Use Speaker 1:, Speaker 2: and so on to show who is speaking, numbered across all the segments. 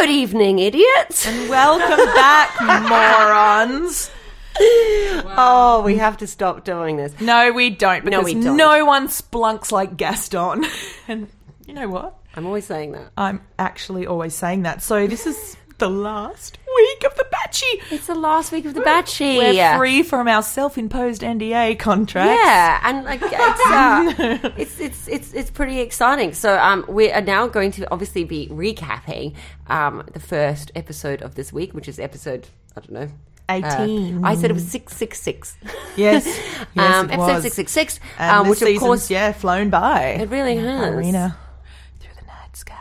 Speaker 1: Good evening, idiots.
Speaker 2: Welcome back, morons.
Speaker 1: Oh, we have to stop doing this.
Speaker 2: No, we don't. Because no,
Speaker 1: we don't.
Speaker 2: one splunks like Gaston. And you know what?
Speaker 1: I'm always saying that.
Speaker 2: I'm actually always saying that. So this is the last week of the Batchy.
Speaker 1: It's the last week of the batchy.
Speaker 2: We're free from our self-imposed NDA contracts.
Speaker 1: Yeah, and like it's, uh, it's it's it's it's pretty exciting. So um, we are now going to obviously be recapping um the first episode of this week, which is episode I don't know. uh,
Speaker 2: 18.
Speaker 1: I said it was six six six.
Speaker 2: Yes. Yes,
Speaker 1: um,
Speaker 2: it
Speaker 1: episode
Speaker 2: was.
Speaker 1: six six six,
Speaker 2: And
Speaker 1: um,
Speaker 2: this
Speaker 1: which of
Speaker 2: season's,
Speaker 1: course
Speaker 2: yeah, flown by.
Speaker 1: it really has.
Speaker 2: Arena. Through the night sky.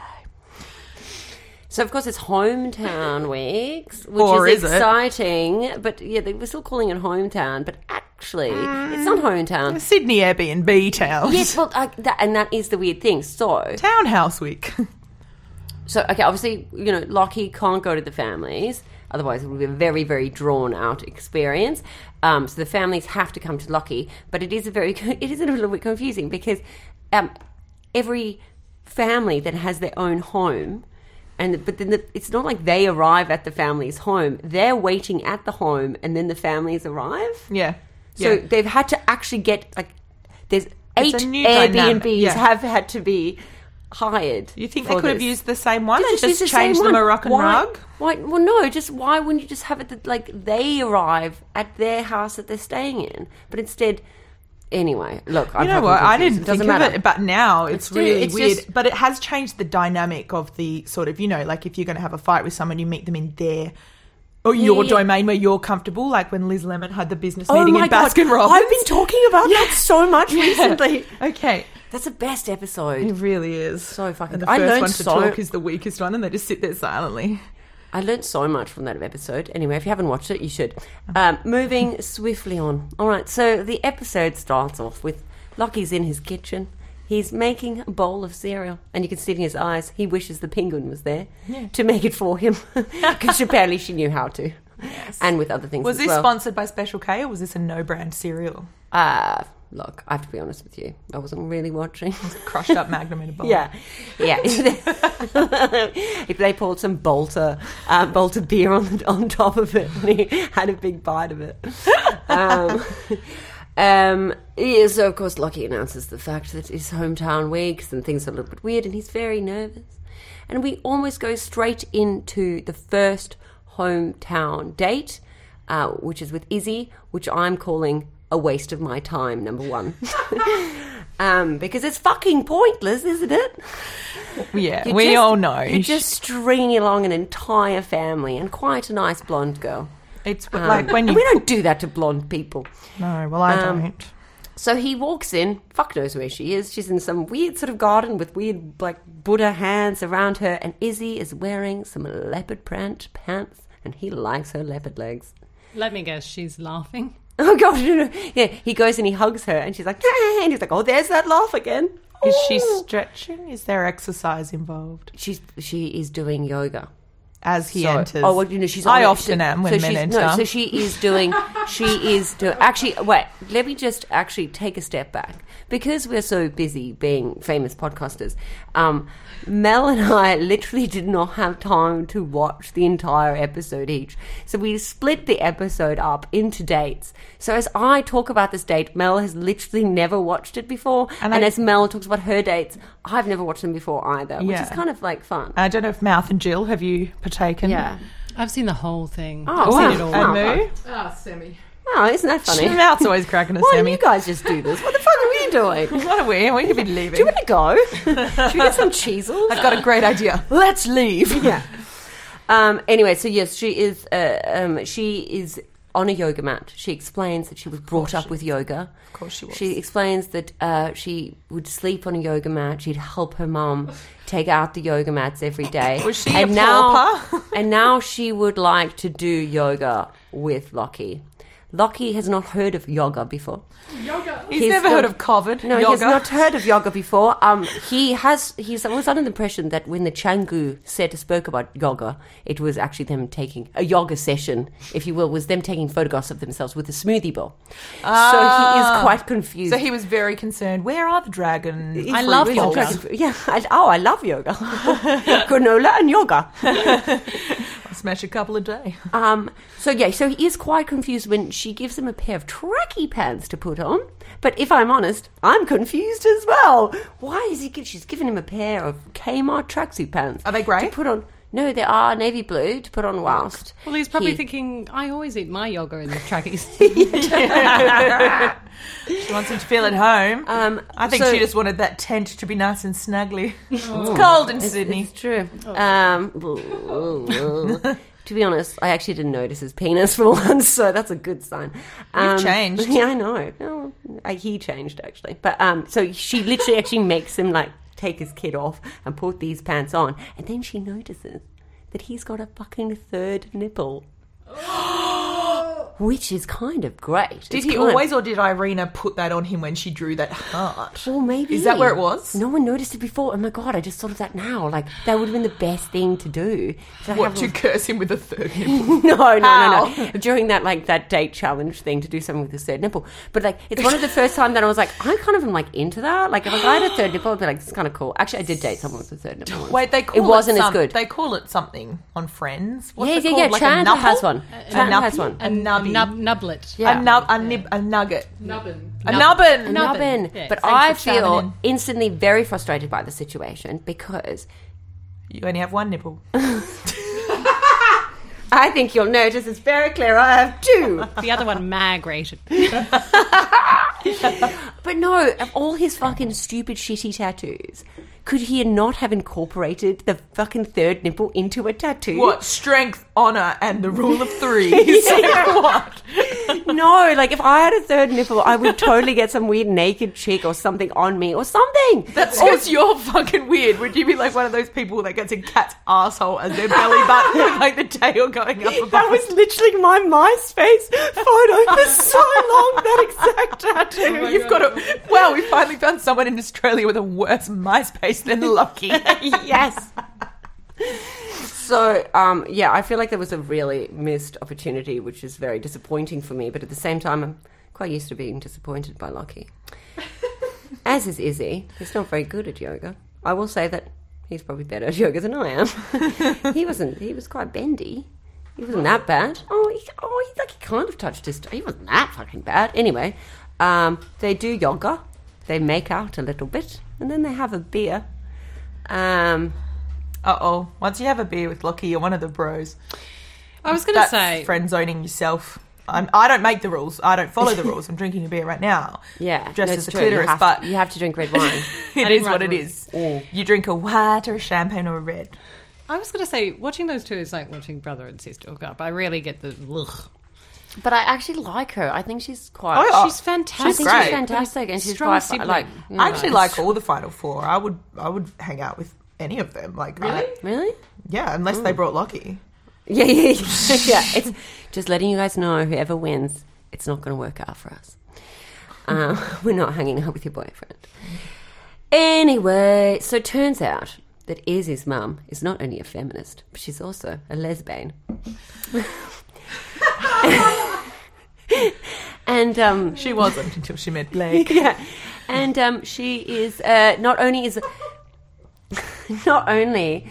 Speaker 1: So of course it's hometown weeks, which
Speaker 2: Or
Speaker 1: is,
Speaker 2: is it?
Speaker 1: exciting. But yeah, they, we're still calling it hometown, but actually it's not hometown.
Speaker 2: Sydney Airbnb towns.
Speaker 1: Yes, well, I, that, and that is the weird thing. So,
Speaker 2: Townhouse week.
Speaker 1: so okay, obviously you know Lockie can't go to the families, otherwise it would be a very very drawn out experience. Um, so the families have to come to Lockie, but it is a very it is a little bit confusing because um, every family that has their own home and but then the, it's not like they arrive at the family's home. They're waiting at the home, and then the families arrive.
Speaker 2: Yeah.
Speaker 1: So
Speaker 2: Yeah.
Speaker 1: they've had to actually get like there's eight
Speaker 2: a new
Speaker 1: Airbnbs
Speaker 2: dynamic, yeah.
Speaker 1: have had to be hired.
Speaker 2: You think
Speaker 1: for
Speaker 2: they could have
Speaker 1: this.
Speaker 2: used the same one
Speaker 1: They
Speaker 2: and
Speaker 1: use
Speaker 2: just
Speaker 1: the
Speaker 2: changed
Speaker 1: same
Speaker 2: the
Speaker 1: one.
Speaker 2: Moroccan
Speaker 1: why,
Speaker 2: rug?
Speaker 1: Why? Well, no. Just why wouldn't you just have it that like they arrive at their house that they're staying in? But instead, anyway, look. I'm
Speaker 2: You know
Speaker 1: fucking
Speaker 2: what? I
Speaker 1: confused.
Speaker 2: didn't
Speaker 1: It doesn't
Speaker 2: think
Speaker 1: matter.
Speaker 2: of it, but now it's,
Speaker 1: It's ju-
Speaker 2: really
Speaker 1: it's
Speaker 2: weird.
Speaker 1: just-
Speaker 2: but it has changed the dynamic of the sort of you know, like if you're going to have a fight with someone, you meet them in their or your
Speaker 1: yeah.
Speaker 2: domain where you're comfortable. Like when Liz Lemon had the business
Speaker 1: Oh
Speaker 2: meeting
Speaker 1: my
Speaker 2: in Baskin
Speaker 1: god!
Speaker 2: Robbins.
Speaker 1: I've been talking about that so much recently.
Speaker 2: Okay,
Speaker 1: That's the best episode.
Speaker 2: it really is
Speaker 1: So fucking
Speaker 2: And the
Speaker 1: good. I
Speaker 2: first
Speaker 1: learned
Speaker 2: one to
Speaker 1: so-
Speaker 2: talk is the weakest one, and they just sit there silently.
Speaker 1: I learnt so much from that episode. Anyway, if you haven't watched it, you should. Um, moving swiftly on. All right, so the episode starts off with Lockie's in his kitchen. He's making a bowl of cereal, and you can see it in his eyes he wishes the penguin was there to make it for him because apparently she knew how to, and with other things.
Speaker 2: Was
Speaker 1: as
Speaker 2: this
Speaker 1: well.
Speaker 2: sponsored by Special K or was this a no-brand cereal?
Speaker 1: Uh, look, I have to be honest with you. I wasn't really watching.
Speaker 2: Crushed up Magnum in a bowl.
Speaker 1: Yeah, yeah. if they poured some Bolter, um, Bolter beer on on top of it, and he had a big bite of it. Um, um, yeah, so of course, Lockie announces the fact that his hometown weeks and things are a little bit weird, and he's very nervous. And we almost go straight into the first hometown date, uh, which is with Izzy, which I'm calling a waste of my time. Number one. Um, because it's fucking pointless, isn't it?
Speaker 2: yeah.
Speaker 1: You
Speaker 2: we
Speaker 1: just-
Speaker 2: all know.
Speaker 1: You're just stringing along an entire family and quite a nice blonde girl.
Speaker 2: it's
Speaker 1: Um,
Speaker 2: like when
Speaker 1: and
Speaker 2: you
Speaker 1: we don't do that to blonde people.
Speaker 2: no. Well, I
Speaker 1: Um,
Speaker 2: don't.
Speaker 1: So he walks in, fuck knows where she is. She's in some weird sort of garden with weird, like, Buddha hands around her, and Izzy is wearing some leopard print pants, and he likes her leopard legs.
Speaker 3: Let me guess, she's laughing.
Speaker 1: Oh, God, no, no. Yeah, he goes and he hugs her, and she's like, "Ah," and he's like, oh, there's that laugh again.
Speaker 2: Is she
Speaker 1: Oh.
Speaker 2: stretching? Is there exercise involved?
Speaker 1: She's, she is doing yoga.
Speaker 2: As he
Speaker 1: So-
Speaker 2: enters.
Speaker 1: Oh, well, you know, she's.
Speaker 2: I
Speaker 1: on-
Speaker 2: often
Speaker 1: so-
Speaker 2: am when
Speaker 1: so
Speaker 2: men
Speaker 1: she's-
Speaker 2: enter.
Speaker 1: No, so she is doing. She is doing. Actually, wait. Let me just actually take a step back because we're so busy being famous podcasters. Um, Mel and I literally did not have time to watch the entire episode each, so we split the episode up into dates. So as I talk about this date, Mel has literally never watched it before,
Speaker 2: And
Speaker 1: and,
Speaker 2: I-
Speaker 1: as Mel talks about her dates, I've never watched them before either, which
Speaker 2: Yeah. Uh,
Speaker 1: is kind of like fun.
Speaker 2: I don't know if Mouth and Jill have you partaken?
Speaker 1: yeah.
Speaker 3: I've seen the whole thing.
Speaker 1: Oh,
Speaker 3: I've
Speaker 1: wow.
Speaker 3: seen it all.
Speaker 1: Wow.
Speaker 2: And Moo?
Speaker 4: Ah, Sammy.
Speaker 1: Oh, isn't that funny?
Speaker 2: Mouth's always cracking a
Speaker 1: Why don't
Speaker 2: semi.
Speaker 1: you guys just do this? What the fuck are we doing?
Speaker 2: What are we? We could be
Speaker 1: Do you
Speaker 2: leaving.
Speaker 1: want to go? Should we get some cheesels?
Speaker 2: I've got a great idea. Let's leave.
Speaker 1: yeah. Um, anyway, so yes, she is. Uh, um, she is on a yoga mat. She explains that she was brought up with yoga. Of
Speaker 2: course she was.
Speaker 1: She explains that uh, she would sleep on a yoga mat. She'd help her mum take out the yoga mats every day.
Speaker 2: Was she a pauper?
Speaker 1: and now she would like to do yoga with Lockie. Lockie has not heard of yoga before.
Speaker 2: He's,
Speaker 1: He's
Speaker 2: never
Speaker 1: still-
Speaker 2: heard of COVID.
Speaker 1: No,
Speaker 2: yoga.
Speaker 1: he has not heard of yoga before. Um, he has. He was under the impression that when the Changu set spoke about yoga, it was actually them taking a yoga session, if you will, was them taking photographs of themselves with a smoothie bowl. so he is quite confused.
Speaker 2: Ah. So he was very concerned. Where are the dragon?
Speaker 3: I love
Speaker 1: He's
Speaker 3: yoga.
Speaker 1: confused. Yeah. I, oh, I love yoga. Granola and yoga.
Speaker 2: I'll smash a couple a day.
Speaker 1: Um, so yeah, so he is quite confused when she gives him a pair of tracky pants to put on. But if I'm honest, I'm confused as well. Why is he? Give, she's given him a pair of Kmart tracksuit pants.
Speaker 2: Are they grey?
Speaker 1: To put on? No, they are navy blue to put on whilst.
Speaker 3: Well, he's probably
Speaker 1: he-
Speaker 3: thinking, I always eat my yoga in the trackies.
Speaker 2: She wants him to feel at home.
Speaker 1: Um,
Speaker 2: I think
Speaker 1: so- Oh.
Speaker 2: she just wanted that tent to be nice and snuggly. It's cold in Sydney.
Speaker 1: It's true.
Speaker 2: Oh.
Speaker 1: Um, to be honest, I actually didn't notice his penis for once, so that's a good sign. Um,
Speaker 2: changed.
Speaker 1: Yeah, I know. No, I, he changed actually. But um, so she literally actually makes him like take his kid off and put these pants on, and then she notices that he's got a fucking third nipple. Which is kind of great.
Speaker 2: Did he always, or did Irina put that on him when she drew that heart?
Speaker 1: Well, maybe
Speaker 2: Is that where it was?
Speaker 1: No one noticed it before. Oh my god! I just thought of that now. Like that would have been the best thing to do. To
Speaker 2: What
Speaker 1: have a-
Speaker 2: to curse him with a third nipple?
Speaker 1: no, no, no, no.
Speaker 2: How?
Speaker 1: During that like that date challenge thing to do something with the third nipple. But like it's one of the first time that I was like, I'm kind of am, like into that. Like if I had a third nipple, I'd be like, this is kind of cool. Actually, I did date someone with a third nipple. once.
Speaker 2: Wait, they call
Speaker 1: it wasn't as
Speaker 2: some-
Speaker 1: good.
Speaker 2: They call it something on Friends. What's
Speaker 1: Yeah,
Speaker 2: it
Speaker 1: yeah,
Speaker 2: called?
Speaker 1: yeah,
Speaker 2: Like
Speaker 1: Chandler
Speaker 2: a nubble?
Speaker 1: has one.
Speaker 2: A
Speaker 1: Chandler has
Speaker 2: nubby?
Speaker 1: one.
Speaker 2: A nubby.
Speaker 3: Nub- nublet.
Speaker 2: A, nub, a, nib, a nugget.
Speaker 3: Nubbin.
Speaker 2: A nubbin.
Speaker 3: A
Speaker 1: nubbin.
Speaker 3: Yeah.
Speaker 1: But
Speaker 2: Thanks
Speaker 1: I
Speaker 2: for chiming
Speaker 1: feel
Speaker 2: in.
Speaker 1: instantly very frustrated by the situation because
Speaker 2: You only have one nipple.
Speaker 1: I think you'll notice it's very clear I have two.
Speaker 3: The other one mag rated.
Speaker 1: But no, of all his fucking stupid, shitty tattoos, could he not have incorporated the fucking third nipple into a tattoo?
Speaker 2: What? Strength, honor, and the rule of three. what?
Speaker 1: No, like if I had a third nipple, I would totally get some weird naked chick or something on me or something.
Speaker 2: That's because you're fucking weird. Would you be like one of those people that gets a cat's asshole as their belly button with like the tail going up above?
Speaker 1: that was literally my MySpace photo for so long. That exact tattoo.
Speaker 2: You've got a wow! We finally found someone in Australia with a worse MySpace than Lucky.
Speaker 1: yes. So, um, yeah, I feel like there was a really missed opportunity, which is very disappointing for me. But at the same time, I'm quite used to being disappointed by Lockie. As is Izzy. He's not very good at yoga. I will say that he's probably better at yoga than I am. he wasn't. He was quite bendy. He wasn't that bad. Oh, he, oh, he, like he kind of touched his. He wasn't that fucking bad. Anyway, um, they do yoga. They make out a little bit, and then they have a beer. Um,
Speaker 2: Uh oh! Once you have a beer with Lucky, you're one of the bros.
Speaker 3: I was going to
Speaker 2: That's
Speaker 3: say,
Speaker 2: friend zoning yourself. I'm, I don't make the rules. I don't follow the rules. I'm drinking a beer right now.
Speaker 1: Yeah,
Speaker 2: dressed
Speaker 1: no, it's
Speaker 2: as a
Speaker 1: true. You
Speaker 2: clitoris,
Speaker 1: have to-
Speaker 2: but
Speaker 1: you have to drink red wine.
Speaker 2: it
Speaker 3: didn't
Speaker 2: is
Speaker 3: write
Speaker 2: what
Speaker 3: the
Speaker 2: it
Speaker 3: rules.
Speaker 2: is. You drink a white or a champagne or a red.
Speaker 3: I was going to say, watching those two is like watching brother and sister hook up. I really get the ugh.
Speaker 1: but I actually like her. I think she's quite.
Speaker 2: Oh,
Speaker 3: She's fantastic.
Speaker 2: she's great.
Speaker 1: fantastic and she's
Speaker 3: Strong
Speaker 1: quite
Speaker 3: sibling.
Speaker 1: like.
Speaker 2: I actually like all the Final Four. I would I would hang out with any of them. Like I-
Speaker 1: Really?
Speaker 2: yeah, unless they brought Lucky.
Speaker 1: Yeah, yeah, yeah. yeah. It's just letting you guys know. Whoever wins, it's not going to work out for us. Um, we're not hanging out with your boyfriend. Anyway, so it turns out that Izzy's mum is not only a feminist, but she's also a lesbian. and um,
Speaker 2: She wasn't until she met Blake.
Speaker 1: yeah. And um, she is uh, not only is not only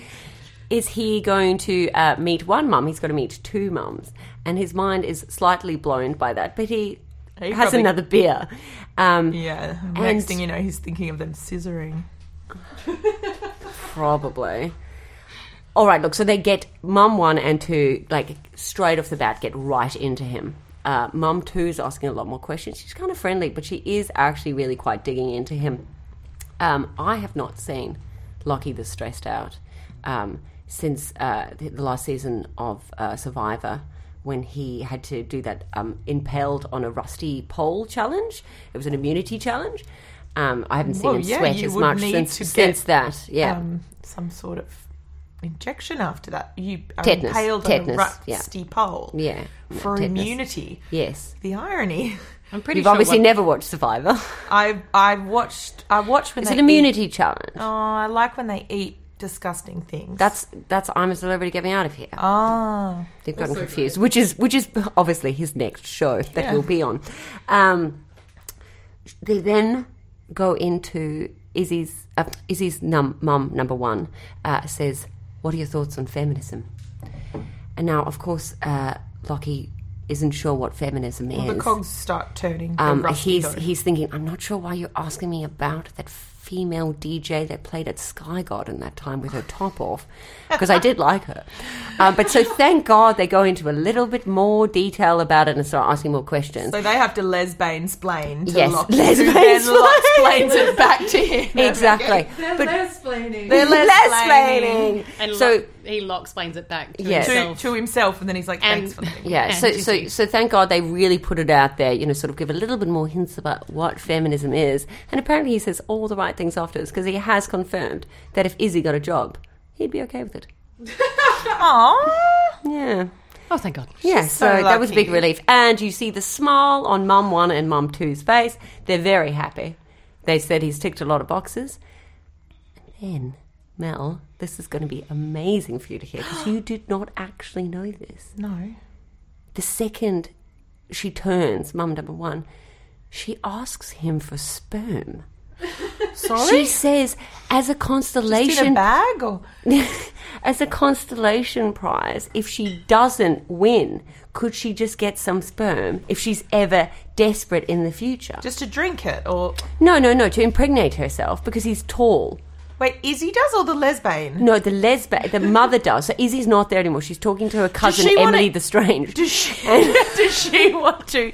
Speaker 1: is he going to uh, meet one mum, he's got to meet two mums, and his mind is slightly blown by that. But he,
Speaker 2: He
Speaker 1: has
Speaker 2: probably-
Speaker 1: another beer. Um,
Speaker 2: Yeah. Next
Speaker 1: And-
Speaker 2: thing you know, he's thinking of them scissoring.
Speaker 1: Probably. All right, look, so they get mum one and two, like straight off the bat, get right into him. Uh, mum two is asking a lot more questions. She's kind of friendly, but she is actually really quite digging into him. Um, I have not seen Lockie this stressed out um, since uh, the the last season of uh, Survivor when he had to do that um, impaled on a rusty pole challenge. It was an immunity challenge. Um, I haven't seen
Speaker 2: Well,
Speaker 1: him
Speaker 2: yeah,
Speaker 1: sweat
Speaker 2: you
Speaker 1: as
Speaker 2: would
Speaker 1: much
Speaker 2: need
Speaker 1: since,
Speaker 2: to get,
Speaker 1: since that. Yeah.
Speaker 2: Um, some sort of injection after that. You are
Speaker 1: Tetanus,
Speaker 2: impaled
Speaker 1: tetanus,
Speaker 2: on a
Speaker 1: yeah.
Speaker 2: rusty pole.
Speaker 1: yeah.
Speaker 2: For
Speaker 1: Tetanus.
Speaker 2: immunity.
Speaker 1: Yes.
Speaker 2: The irony.
Speaker 3: I'm pretty
Speaker 1: You've
Speaker 3: sure.
Speaker 1: obviously
Speaker 3: what-
Speaker 1: never watched Survivor.
Speaker 2: I I watched I watched when
Speaker 1: It's
Speaker 2: they
Speaker 1: an immunity
Speaker 2: eat-
Speaker 1: challenge.
Speaker 2: Oh, I like when they eat disgusting things.
Speaker 1: That's that's I'm a celebrity. Get me out of here.
Speaker 2: ah.
Speaker 1: They've gotten confused, which is which is obviously his next show that
Speaker 2: Yeah.
Speaker 1: he'll be on. Um, they then go into Izzy's uh, Izzy's num- mum number one uh, says, "What are your thoughts on feminism?" And now, of course, uh, Lockie isn't sure what feminism is.
Speaker 2: The cogs start turning. They're
Speaker 1: Um,
Speaker 2: rusty,
Speaker 1: he's
Speaker 2: though.
Speaker 1: he's thinking, I'm not sure why you're asking me about that female DJ that played at Sky Garden that time with her top off, because I did like her. Um, but so thank God they go into a little bit more detail about it and start asking more questions.
Speaker 2: So they have to lesbane explain to
Speaker 1: Yes,
Speaker 2: Lockie,
Speaker 1: lesbane
Speaker 2: who then
Speaker 1: explain.
Speaker 2: Locke explains it back to him.
Speaker 1: exactly.
Speaker 3: They're
Speaker 1: But
Speaker 3: mansplaining.
Speaker 1: they're
Speaker 2: lesplaining.
Speaker 1: lesplaining.
Speaker 3: and
Speaker 1: So
Speaker 3: so he lock explains it back to
Speaker 1: Yes.
Speaker 2: To,
Speaker 3: himself.
Speaker 2: to himself, and then he's like,
Speaker 3: And-
Speaker 2: "Thanks for that."
Speaker 1: Yeah, so,
Speaker 3: And
Speaker 1: so so thank God they really put it out there, you know, sort of give a little bit more hints about what feminism is. And apparently he says all the right things afterwards because he has confirmed that if Izzy got a job, he'd be okay with it.
Speaker 2: Aww.
Speaker 1: Yeah.
Speaker 3: oh, thank God.
Speaker 1: Yeah, so,
Speaker 2: so
Speaker 1: that was a big
Speaker 2: lucky.
Speaker 1: relief. And you see the smile on Mum 1 and Mum 2's face. They're very happy. They said he's ticked a lot of boxes. And then, Mel, this is going to be amazing for you to hear because you did not actually know this.
Speaker 2: No.
Speaker 1: The second she turns, Mum number 1, she asks him for sperm.
Speaker 2: Sorry.
Speaker 1: She says, as a
Speaker 2: Just in a
Speaker 1: constellation
Speaker 2: bag or
Speaker 1: as a constellation prize if she doesn't win could she just get some sperm if she's ever desperate in the future
Speaker 2: just to drink it or
Speaker 1: no no no to impregnate herself because he's tall
Speaker 2: wait? Izzy does all the lesbane.
Speaker 1: no the lesbian the mother does so izzy's not there anymore she's talking to her cousin
Speaker 2: she wanna-
Speaker 1: emily the strange
Speaker 2: Does she? does she want to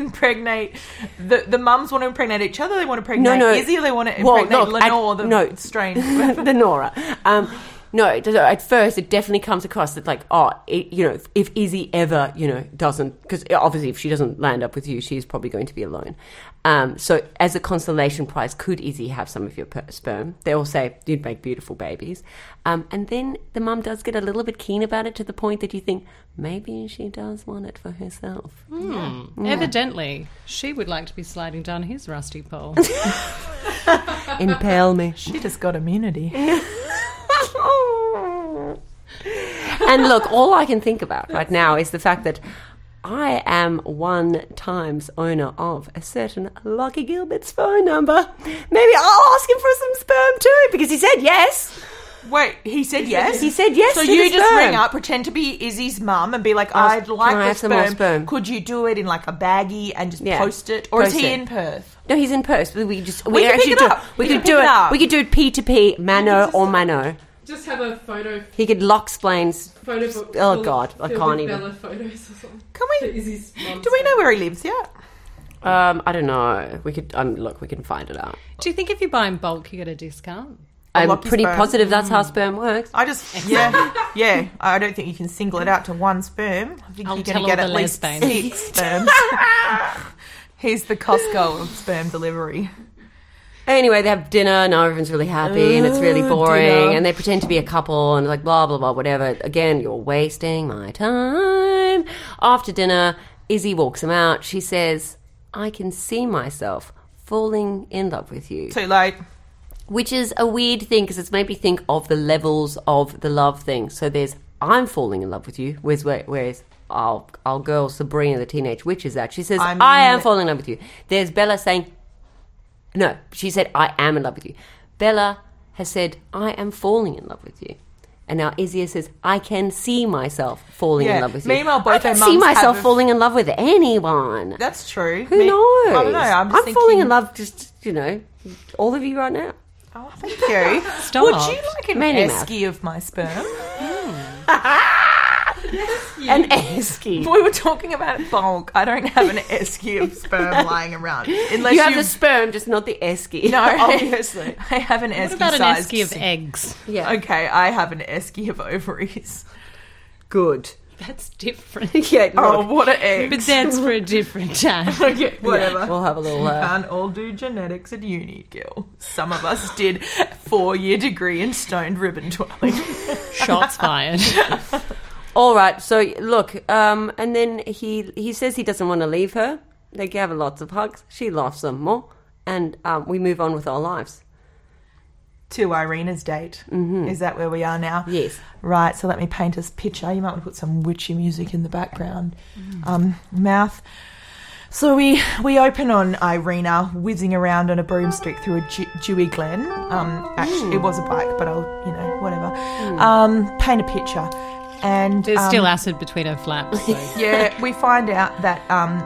Speaker 2: impregnate the the mums? Want to impregnate each other? They want to impregnate
Speaker 1: no.
Speaker 2: Izzy. Or they want to
Speaker 1: Well,
Speaker 2: impregnate
Speaker 1: look, at-
Speaker 2: Lenore. the
Speaker 1: no.
Speaker 2: strange.
Speaker 1: the Nora. Um, no, it- at first it definitely comes across that like, oh, it, you know, if, if Izzy ever, you know, doesn't, because obviously if she doesn't land up with you, she's probably going to be alone. Um, so as a consolation prize, could Izzy have some of your per- sperm? They all say you'd make beautiful babies. Um, and then the mum does get a little bit keen about it to the point that you think maybe she does want it for herself.
Speaker 3: Evidently, she would like to be sliding down his rusty pole.
Speaker 1: Impale me.
Speaker 2: She just got immunity.
Speaker 1: and look, all I can think about right now is the fact that I am one times owner of a certain Lockie Gilbert's phone number. Maybe I'll ask him for some sperm too, because he said yes.
Speaker 2: Wait, he said yes.
Speaker 1: He said yes
Speaker 2: So
Speaker 1: to
Speaker 2: you
Speaker 1: the
Speaker 2: just
Speaker 1: sperm.
Speaker 2: ring up, pretend to be Izzy's mum, and be like, "I'd like
Speaker 1: I
Speaker 2: the
Speaker 1: have some more sperm?"
Speaker 2: Could you do it in like a baggie and just
Speaker 1: Yeah.
Speaker 2: post it, or is
Speaker 1: Post
Speaker 2: he
Speaker 1: it.
Speaker 2: in Perth?
Speaker 1: No, he's in Perth. but We just we,
Speaker 2: can pick
Speaker 1: actually
Speaker 2: it
Speaker 1: do
Speaker 2: up.
Speaker 1: we
Speaker 2: We
Speaker 1: could
Speaker 2: can pick
Speaker 1: do
Speaker 2: it
Speaker 1: it.
Speaker 2: up.
Speaker 1: we could do it P to P, mano
Speaker 5: just-
Speaker 1: or mano.
Speaker 5: Just have a photo.
Speaker 1: He could lock splains.
Speaker 5: Photo book.
Speaker 1: Oh,
Speaker 5: full
Speaker 1: God,
Speaker 5: of
Speaker 1: I
Speaker 5: filled
Speaker 1: can't
Speaker 5: with
Speaker 1: even.
Speaker 5: Bella photos or something.
Speaker 2: Can
Speaker 5: For
Speaker 2: we?
Speaker 5: Izzy's mum,
Speaker 2: Do we
Speaker 5: so-
Speaker 2: know where he lives yet?
Speaker 1: Um, I don't know. We could um, look. We can find it out.
Speaker 3: Do you think if you buy in bulk, you get a discount?
Speaker 1: I'm
Speaker 2: Lockie
Speaker 1: pretty
Speaker 2: sperm.
Speaker 1: positive that's how sperm works.
Speaker 2: I just yeah yeah. I don't think you can single it out to one sperm. I think
Speaker 3: I'll
Speaker 2: you're going
Speaker 3: tell
Speaker 2: to get
Speaker 3: all
Speaker 2: at
Speaker 3: the
Speaker 2: least
Speaker 3: lesbians.
Speaker 2: six sperms. He's the Costco of sperm delivery.
Speaker 1: Anyway, they have dinner. Now everyone's really happy, and it's really boring.
Speaker 2: dinner.
Speaker 1: And they pretend to be a couple, and like blah blah blah, whatever. Again, you're wasting my time. After dinner, Izzy walks him out. She says, "I can see myself." Falling in love with you,
Speaker 2: Too late.
Speaker 1: which is a weird thing because it's made me think of the levels of the love thing. So there's I'm falling in love with you, whereas whereas our our girl Sabrina the teenage witch is that she says
Speaker 2: I'm-
Speaker 1: I am falling in love with you. There's Bella saying no, she said, I am in love with you. Bella has said, I am falling in love with you. And now Izzy says, I can see myself falling
Speaker 2: Yeah.
Speaker 1: in love with you.
Speaker 2: Meanwhile, both
Speaker 1: I can
Speaker 2: her
Speaker 1: see
Speaker 2: mums
Speaker 1: myself
Speaker 2: have a-
Speaker 1: falling in love with anyone.
Speaker 2: That's true.
Speaker 1: Who
Speaker 2: Me-
Speaker 1: knows?
Speaker 2: I don't know. I'm, just thinking,
Speaker 1: falling in love, just, you know, all of you right now.
Speaker 2: Oh, thank you.
Speaker 3: Stop.
Speaker 2: Would you like an
Speaker 1: Many mouth.
Speaker 2: esky of my sperm?
Speaker 1: An esky.
Speaker 2: We were talking about bulk. I don't have an esky of sperm lying around. Unless
Speaker 1: You have the sperm, just not the esky. Oh,
Speaker 2: No,
Speaker 1: obviously.
Speaker 2: I have an esky
Speaker 3: What about an
Speaker 2: sized
Speaker 3: esky of eggs?
Speaker 1: Yeah.
Speaker 2: Okay, I have an esky of ovaries. Good.
Speaker 3: That's different.
Speaker 1: yeah,
Speaker 2: Oh,
Speaker 1: look,
Speaker 2: what an egg.
Speaker 3: But that's for a different time.
Speaker 2: Okay, whatever.
Speaker 1: we'll have a little. Uh,
Speaker 2: Can't all do genetics at uni, Gil. Some of us did four year degree in stoned ribbon twirling.
Speaker 3: Shots fired.
Speaker 1: All right. So look, um, and then he he says he doesn't want to leave her. They give her lots of hugs. She laughs some more, and um, we move on with our lives.
Speaker 2: to Irina's date. Mm-hmm. Is that where we are now?
Speaker 1: Yes.
Speaker 2: Right, so let me paint us a picture. You might want to put some witchy music in the background. Um, mouth. So we, we open on Irina whizzing around on a broomstick through a dew- dewy glen. Um, actually, it was a bike, but I'll, you know, whatever. Um, paint a picture. And
Speaker 3: There's
Speaker 2: um,
Speaker 3: still acid between her flaps. So.
Speaker 2: yeah, we find out that um,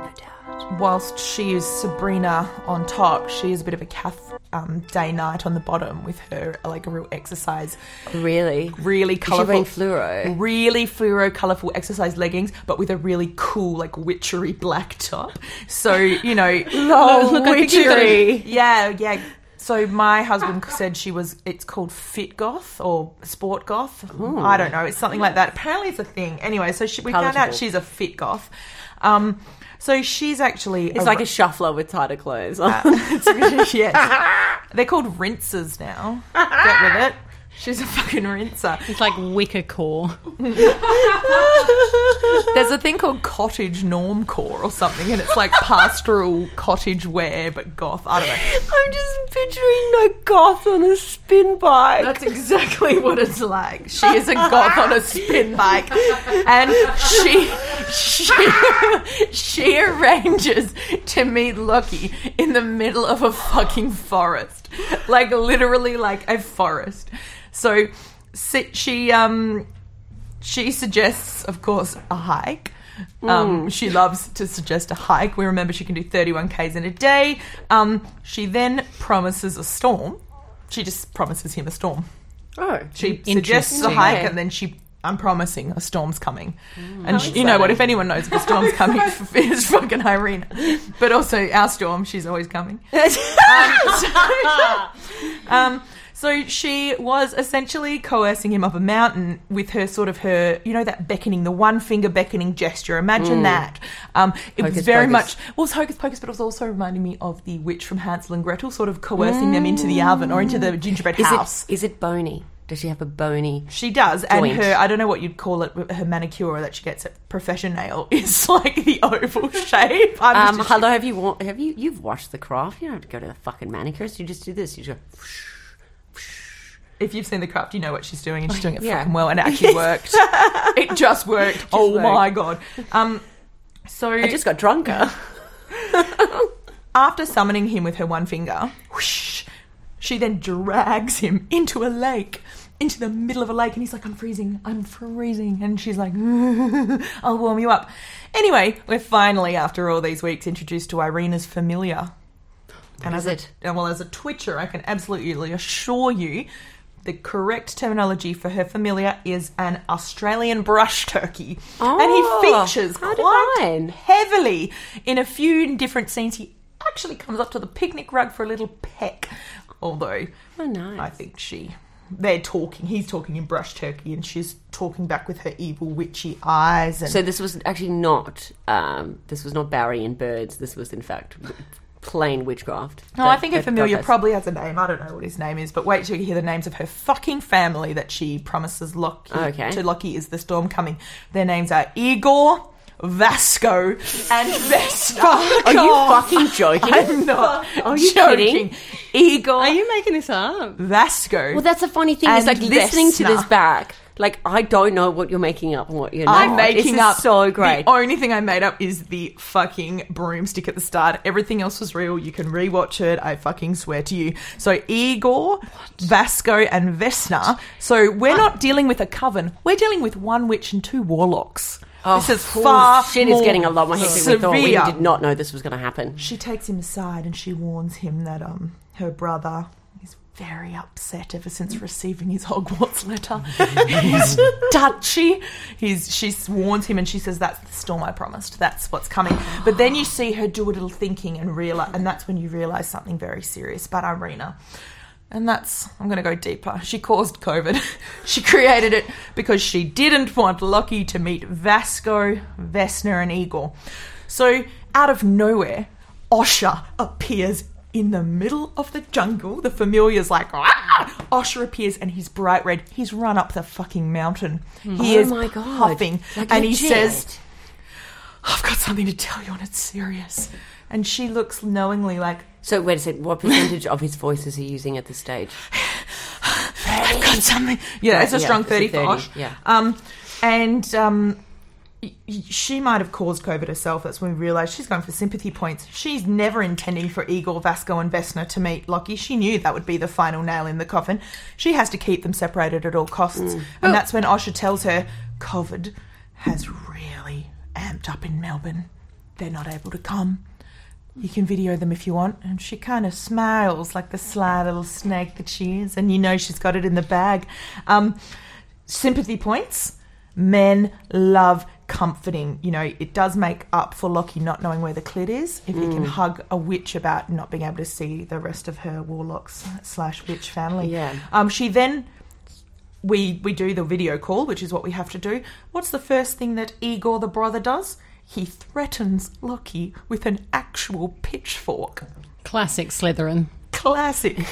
Speaker 2: whilst she is Sabrina on top, she is a bit of a Kath um, day night on the bottom with her like a real exercise,
Speaker 1: Really?
Speaker 2: really
Speaker 1: wearing
Speaker 2: colourful
Speaker 1: fluoro?
Speaker 2: really fluoro colourful exercise leggings, but with a really cool like witchery black top. So you know,
Speaker 1: Lol, Look, I think you got it. witchery.
Speaker 2: Yeah, yeah. So my husband said she was. It's called fit goth or sport goth. I don't know. It's something like that. Apparently, it's a thing. Anyway, so she, we found out
Speaker 1: Palatable.
Speaker 2: she's a fit goth. Um, so she's actually
Speaker 1: It's like a shuffler with tighter clothes.
Speaker 2: yes. They're called rinsers now. Get with it. She's a fucking rinser.
Speaker 3: It's like wicker core.
Speaker 2: There's a thing called cottage normcore or something, and it's like pastoral cottage wear, but goth. I don't know.
Speaker 1: I'm just picturing no goth on a spin bike.
Speaker 2: That's exactly what it's like. She is a goth on a spin bike, and she she she arranges to meet Lucky in the middle of a fucking forest, like literally like a forest. So si- she um she suggests, of course, a hike. Um, She loves to suggest a hike. We remember she can do 31Ks in a day. Um, she then promises a storm. She just promises him a storm.
Speaker 1: oh,
Speaker 2: She suggests a
Speaker 3: Interesting.
Speaker 2: hike
Speaker 1: Okay.
Speaker 2: and then she. I'm promising a storm's coming,
Speaker 1: Mm.
Speaker 2: and she, you know what? If anyone knows if a storm's coming, it's fucking Irene. But also our storm, she's always coming. Um, so she was essentially coercing him up a mountain with her sort of her, you know, that beckoning, the one finger beckoning gesture. Imagine that. Um, it was
Speaker 1: Mm. Hocus
Speaker 2: very
Speaker 1: pocus.
Speaker 2: much, well, it was hocus pocus, but it was also reminding me of the witch from Hansel and Gretel, sort of coercing them into the oven or into the gingerbread
Speaker 1: Mm. is
Speaker 2: house.
Speaker 1: it is it bony? Does she have a bony?
Speaker 2: She does,
Speaker 1: Joint.
Speaker 2: and her I don't know what you'd call it. Her manicure that she gets at profession nail is like the oval shape. I'm
Speaker 1: Um,
Speaker 2: just-
Speaker 1: hello, have you wa- have you you've washed the craft? You don't have to go to the fucking manicurist. You just do this. You just go.
Speaker 2: if you've seen the craft, you know what she's doing, and she's doing it
Speaker 1: Oh, Yeah.
Speaker 2: fucking well, and it actually worked. it just worked. oh
Speaker 1: worked.
Speaker 2: my god. Um, so
Speaker 1: I just got drunker.
Speaker 2: after summoning him with her one finger, whoosh, she then drags him into a lake, into the middle of a lake, and he's like, I'm freezing, I'm freezing. And she's like, I'll warm you up. Anyway, we're finally, after all these weeks, introduced to Irina's familiar. And as
Speaker 1: is it?
Speaker 2: A, and well, as a twitcher, I can absolutely assure you the correct terminology for her familiar is an Australian brush turkey.
Speaker 1: Oh,
Speaker 2: and he features
Speaker 1: how
Speaker 2: quite
Speaker 1: divine.
Speaker 2: heavily in a few different scenes. He actually comes up to the picnic rug for a little peck, although
Speaker 1: Oh, nice.
Speaker 2: I think she. They're talking. He's talking in brush turkey, and she's talking back with her evil witchy eyes. And
Speaker 1: So this was actually not um, this was not Barry and birds. This was in fact plain witchcraft.
Speaker 2: no, I
Speaker 1: That-
Speaker 2: think her
Speaker 1: that
Speaker 2: familiar
Speaker 1: got us.
Speaker 2: probably has a name. I don't know what his name is, but wait till you hear the names of her fucking family that she promises Loki
Speaker 1: Okay.
Speaker 2: to Loki is the storm coming. Their names are Igor, Vasco, and Vespa.
Speaker 1: Are you fucking joking?
Speaker 2: I'm not
Speaker 1: Are you
Speaker 2: joking.
Speaker 1: kidding?
Speaker 2: Igor.
Speaker 3: Are you making this up?
Speaker 2: Vasco.
Speaker 1: well, that's a funny thing.
Speaker 2: And
Speaker 1: It's like listening to
Speaker 2: Vesna.
Speaker 1: this back. Like I don't know what you're making up and what you're not.
Speaker 2: I'm making
Speaker 1: Oh, This is
Speaker 2: up.
Speaker 1: so great.
Speaker 2: The only thing I made up is the fucking broomstick at the start. Everything else was real. You can rewatch it. I fucking swear to you. So Igor, Vasco, and Vesna. So we're not dealing with a coven. We're dealing with one witch and two warlocks. this is
Speaker 1: Oh,
Speaker 2: far
Speaker 1: shit is
Speaker 2: more
Speaker 1: getting a lot more hectic. We thought we
Speaker 2: severe.
Speaker 1: did not know this was going to happen.
Speaker 2: She takes him aside and she warns him that um her brother is very upset ever since receiving his Hogwarts letter. He's touchy. He's she warns him and she says that's the storm I promised. That's what's coming. But then you see her do a little thinking and realize and that's when you realize something very serious about Irina. and that's, I'm going to go deeper. She caused COVID. she created it because she didn't want Lockie to meet Vasco, Vesna, and Igor. So, out of nowhere, Osha appears in the middle of the jungle. The familiar's like, ah! Osha appears and he's bright red. He's run up the fucking mountain. He
Speaker 1: Oh
Speaker 2: is
Speaker 1: my God.
Speaker 2: puffing.
Speaker 1: Like
Speaker 2: and he
Speaker 1: legit.
Speaker 2: says, I've got something to tell you and it's serious. And she looks knowingly like,
Speaker 1: So wait a second. What percentage of his voice is he using at this stage?
Speaker 2: I've got something. Yeah, it's a
Speaker 1: Yeah,
Speaker 2: strong
Speaker 1: it's a
Speaker 2: 30 for
Speaker 1: 30,
Speaker 2: Osh.
Speaker 1: yeah.
Speaker 2: Um, and um, y- y- she might have caused COVID herself. That's when we realised she's going for sympathy points. She's never intending for Igor, Vasco, and Vesna to meet Lockie. She knew that would be the final nail in the coffin. She has to keep them separated at all costs.
Speaker 1: Mm.
Speaker 2: And that's when Osha tells her COVID has really amped up in Melbourne. They're not able to come. You can video them if you want. And she kind of smiles like the sly little snake that she is. And you know she's got it in the bag. Um, sympathy points. Men love comforting. You know, it does make up for Lockie not knowing where the clit is if he can hug a witch about not being able to see the rest of her warlocks slash witch family.
Speaker 1: Yeah.
Speaker 2: Um, she then we we do the video call, which is what we have to do. What's the first thing that Igor the brother does? He threatens Lockie with an actual pitchfork.
Speaker 3: Classic Slytherin.
Speaker 2: Classic.
Speaker 1: He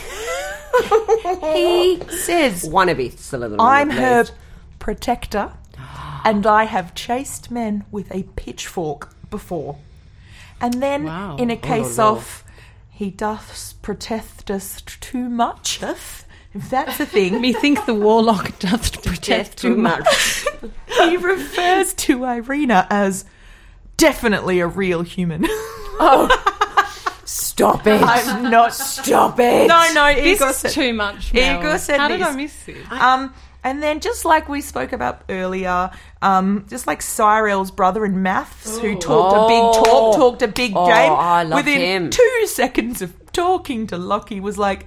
Speaker 1: says wannabe Slytherin.
Speaker 2: I'm
Speaker 1: at
Speaker 2: her
Speaker 1: least.
Speaker 2: protector, and I have chased men with a pitchfork before. And then,
Speaker 3: Wow.
Speaker 2: in a case of he doth protect us too much, if that's the thing,
Speaker 3: Methink the warlock doth
Speaker 1: Death
Speaker 3: protect
Speaker 1: too
Speaker 3: too much.
Speaker 1: much.
Speaker 2: he refers to Irina as definitely a real human.
Speaker 1: Oh. Stop it.
Speaker 2: I'm not.
Speaker 1: Stop it.
Speaker 2: No, no,
Speaker 3: This
Speaker 2: Igor
Speaker 3: is
Speaker 2: said.
Speaker 3: too much.
Speaker 2: Igor
Speaker 3: Mel.
Speaker 2: said
Speaker 3: How did
Speaker 2: this.
Speaker 3: I miss this?
Speaker 2: Um, and then just like we spoke about earlier, um, just like Cyril's brother in maths, who talked a big talk,
Speaker 1: Oh.
Speaker 2: talked a big
Speaker 1: Oh,
Speaker 2: game,
Speaker 1: I loved
Speaker 2: within
Speaker 1: him.
Speaker 2: two seconds of talking to Lockie was like,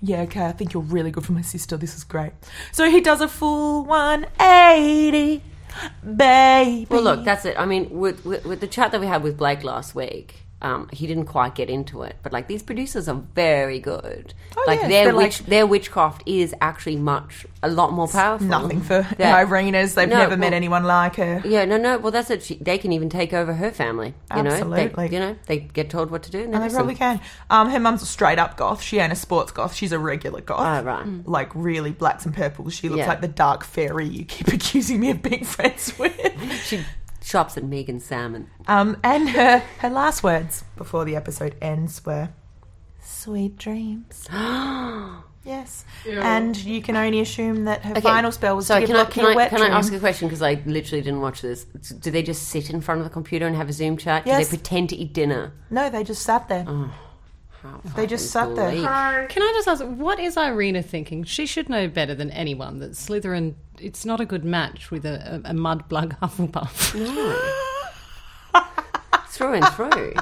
Speaker 2: "Yeah, okay, I think you're really good for my sister. This is great." So he does a full 180, baby.
Speaker 1: Well, look, that's it. I mean, with, with, with the chat that we had with Blake last week, um, he didn't quite get into it. But like these producers are very good.
Speaker 2: Oh,
Speaker 1: like
Speaker 2: yes,
Speaker 1: their
Speaker 2: they're
Speaker 1: witch,
Speaker 2: like-
Speaker 1: their witchcraft is actually much a lot more powerful.
Speaker 2: nothing for
Speaker 1: Yeah.
Speaker 2: Irina's. They've
Speaker 1: No,
Speaker 2: never met
Speaker 1: well-
Speaker 2: anyone like her.
Speaker 1: Yeah, no, no. Well, that's it. She, they can even take over her family. You know,
Speaker 2: Absolutely.
Speaker 1: they, you know, they get told what to do. And,
Speaker 2: And they
Speaker 1: listen.
Speaker 2: probably can. Um, her mum's a straight up goth. She ain't a sports goth. She's a regular goth.
Speaker 1: Oh, right. Mm.
Speaker 2: Like really blacks and purples. She looks
Speaker 1: Yeah.
Speaker 2: like the dark fairy you keep accusing me of being friends with.
Speaker 1: She shops at Megan Salmon.
Speaker 2: um, and her her last words before the episode ends were, "Sweet dreams." yes. And you can only assume that her final spell was
Speaker 1: so
Speaker 2: to give
Speaker 1: can I,
Speaker 2: Lockie
Speaker 1: can
Speaker 2: a
Speaker 1: I,
Speaker 2: wet
Speaker 1: can I
Speaker 2: dream.
Speaker 1: ask a question? Because I literally didn't watch this. Do they just sit in front of the computer and have a Zoom chat?
Speaker 2: Yes.
Speaker 1: Do they pretend to eat dinner?
Speaker 2: no, they just sat there.
Speaker 1: Oh, How
Speaker 2: They just
Speaker 1: fucking
Speaker 2: sat there.
Speaker 1: bleak.
Speaker 3: Can I just ask, what is Irina thinking? She should know better than anyone that Slytherin, it's not a good match with a, a, a mudblug Hufflepuff.
Speaker 1: through and through.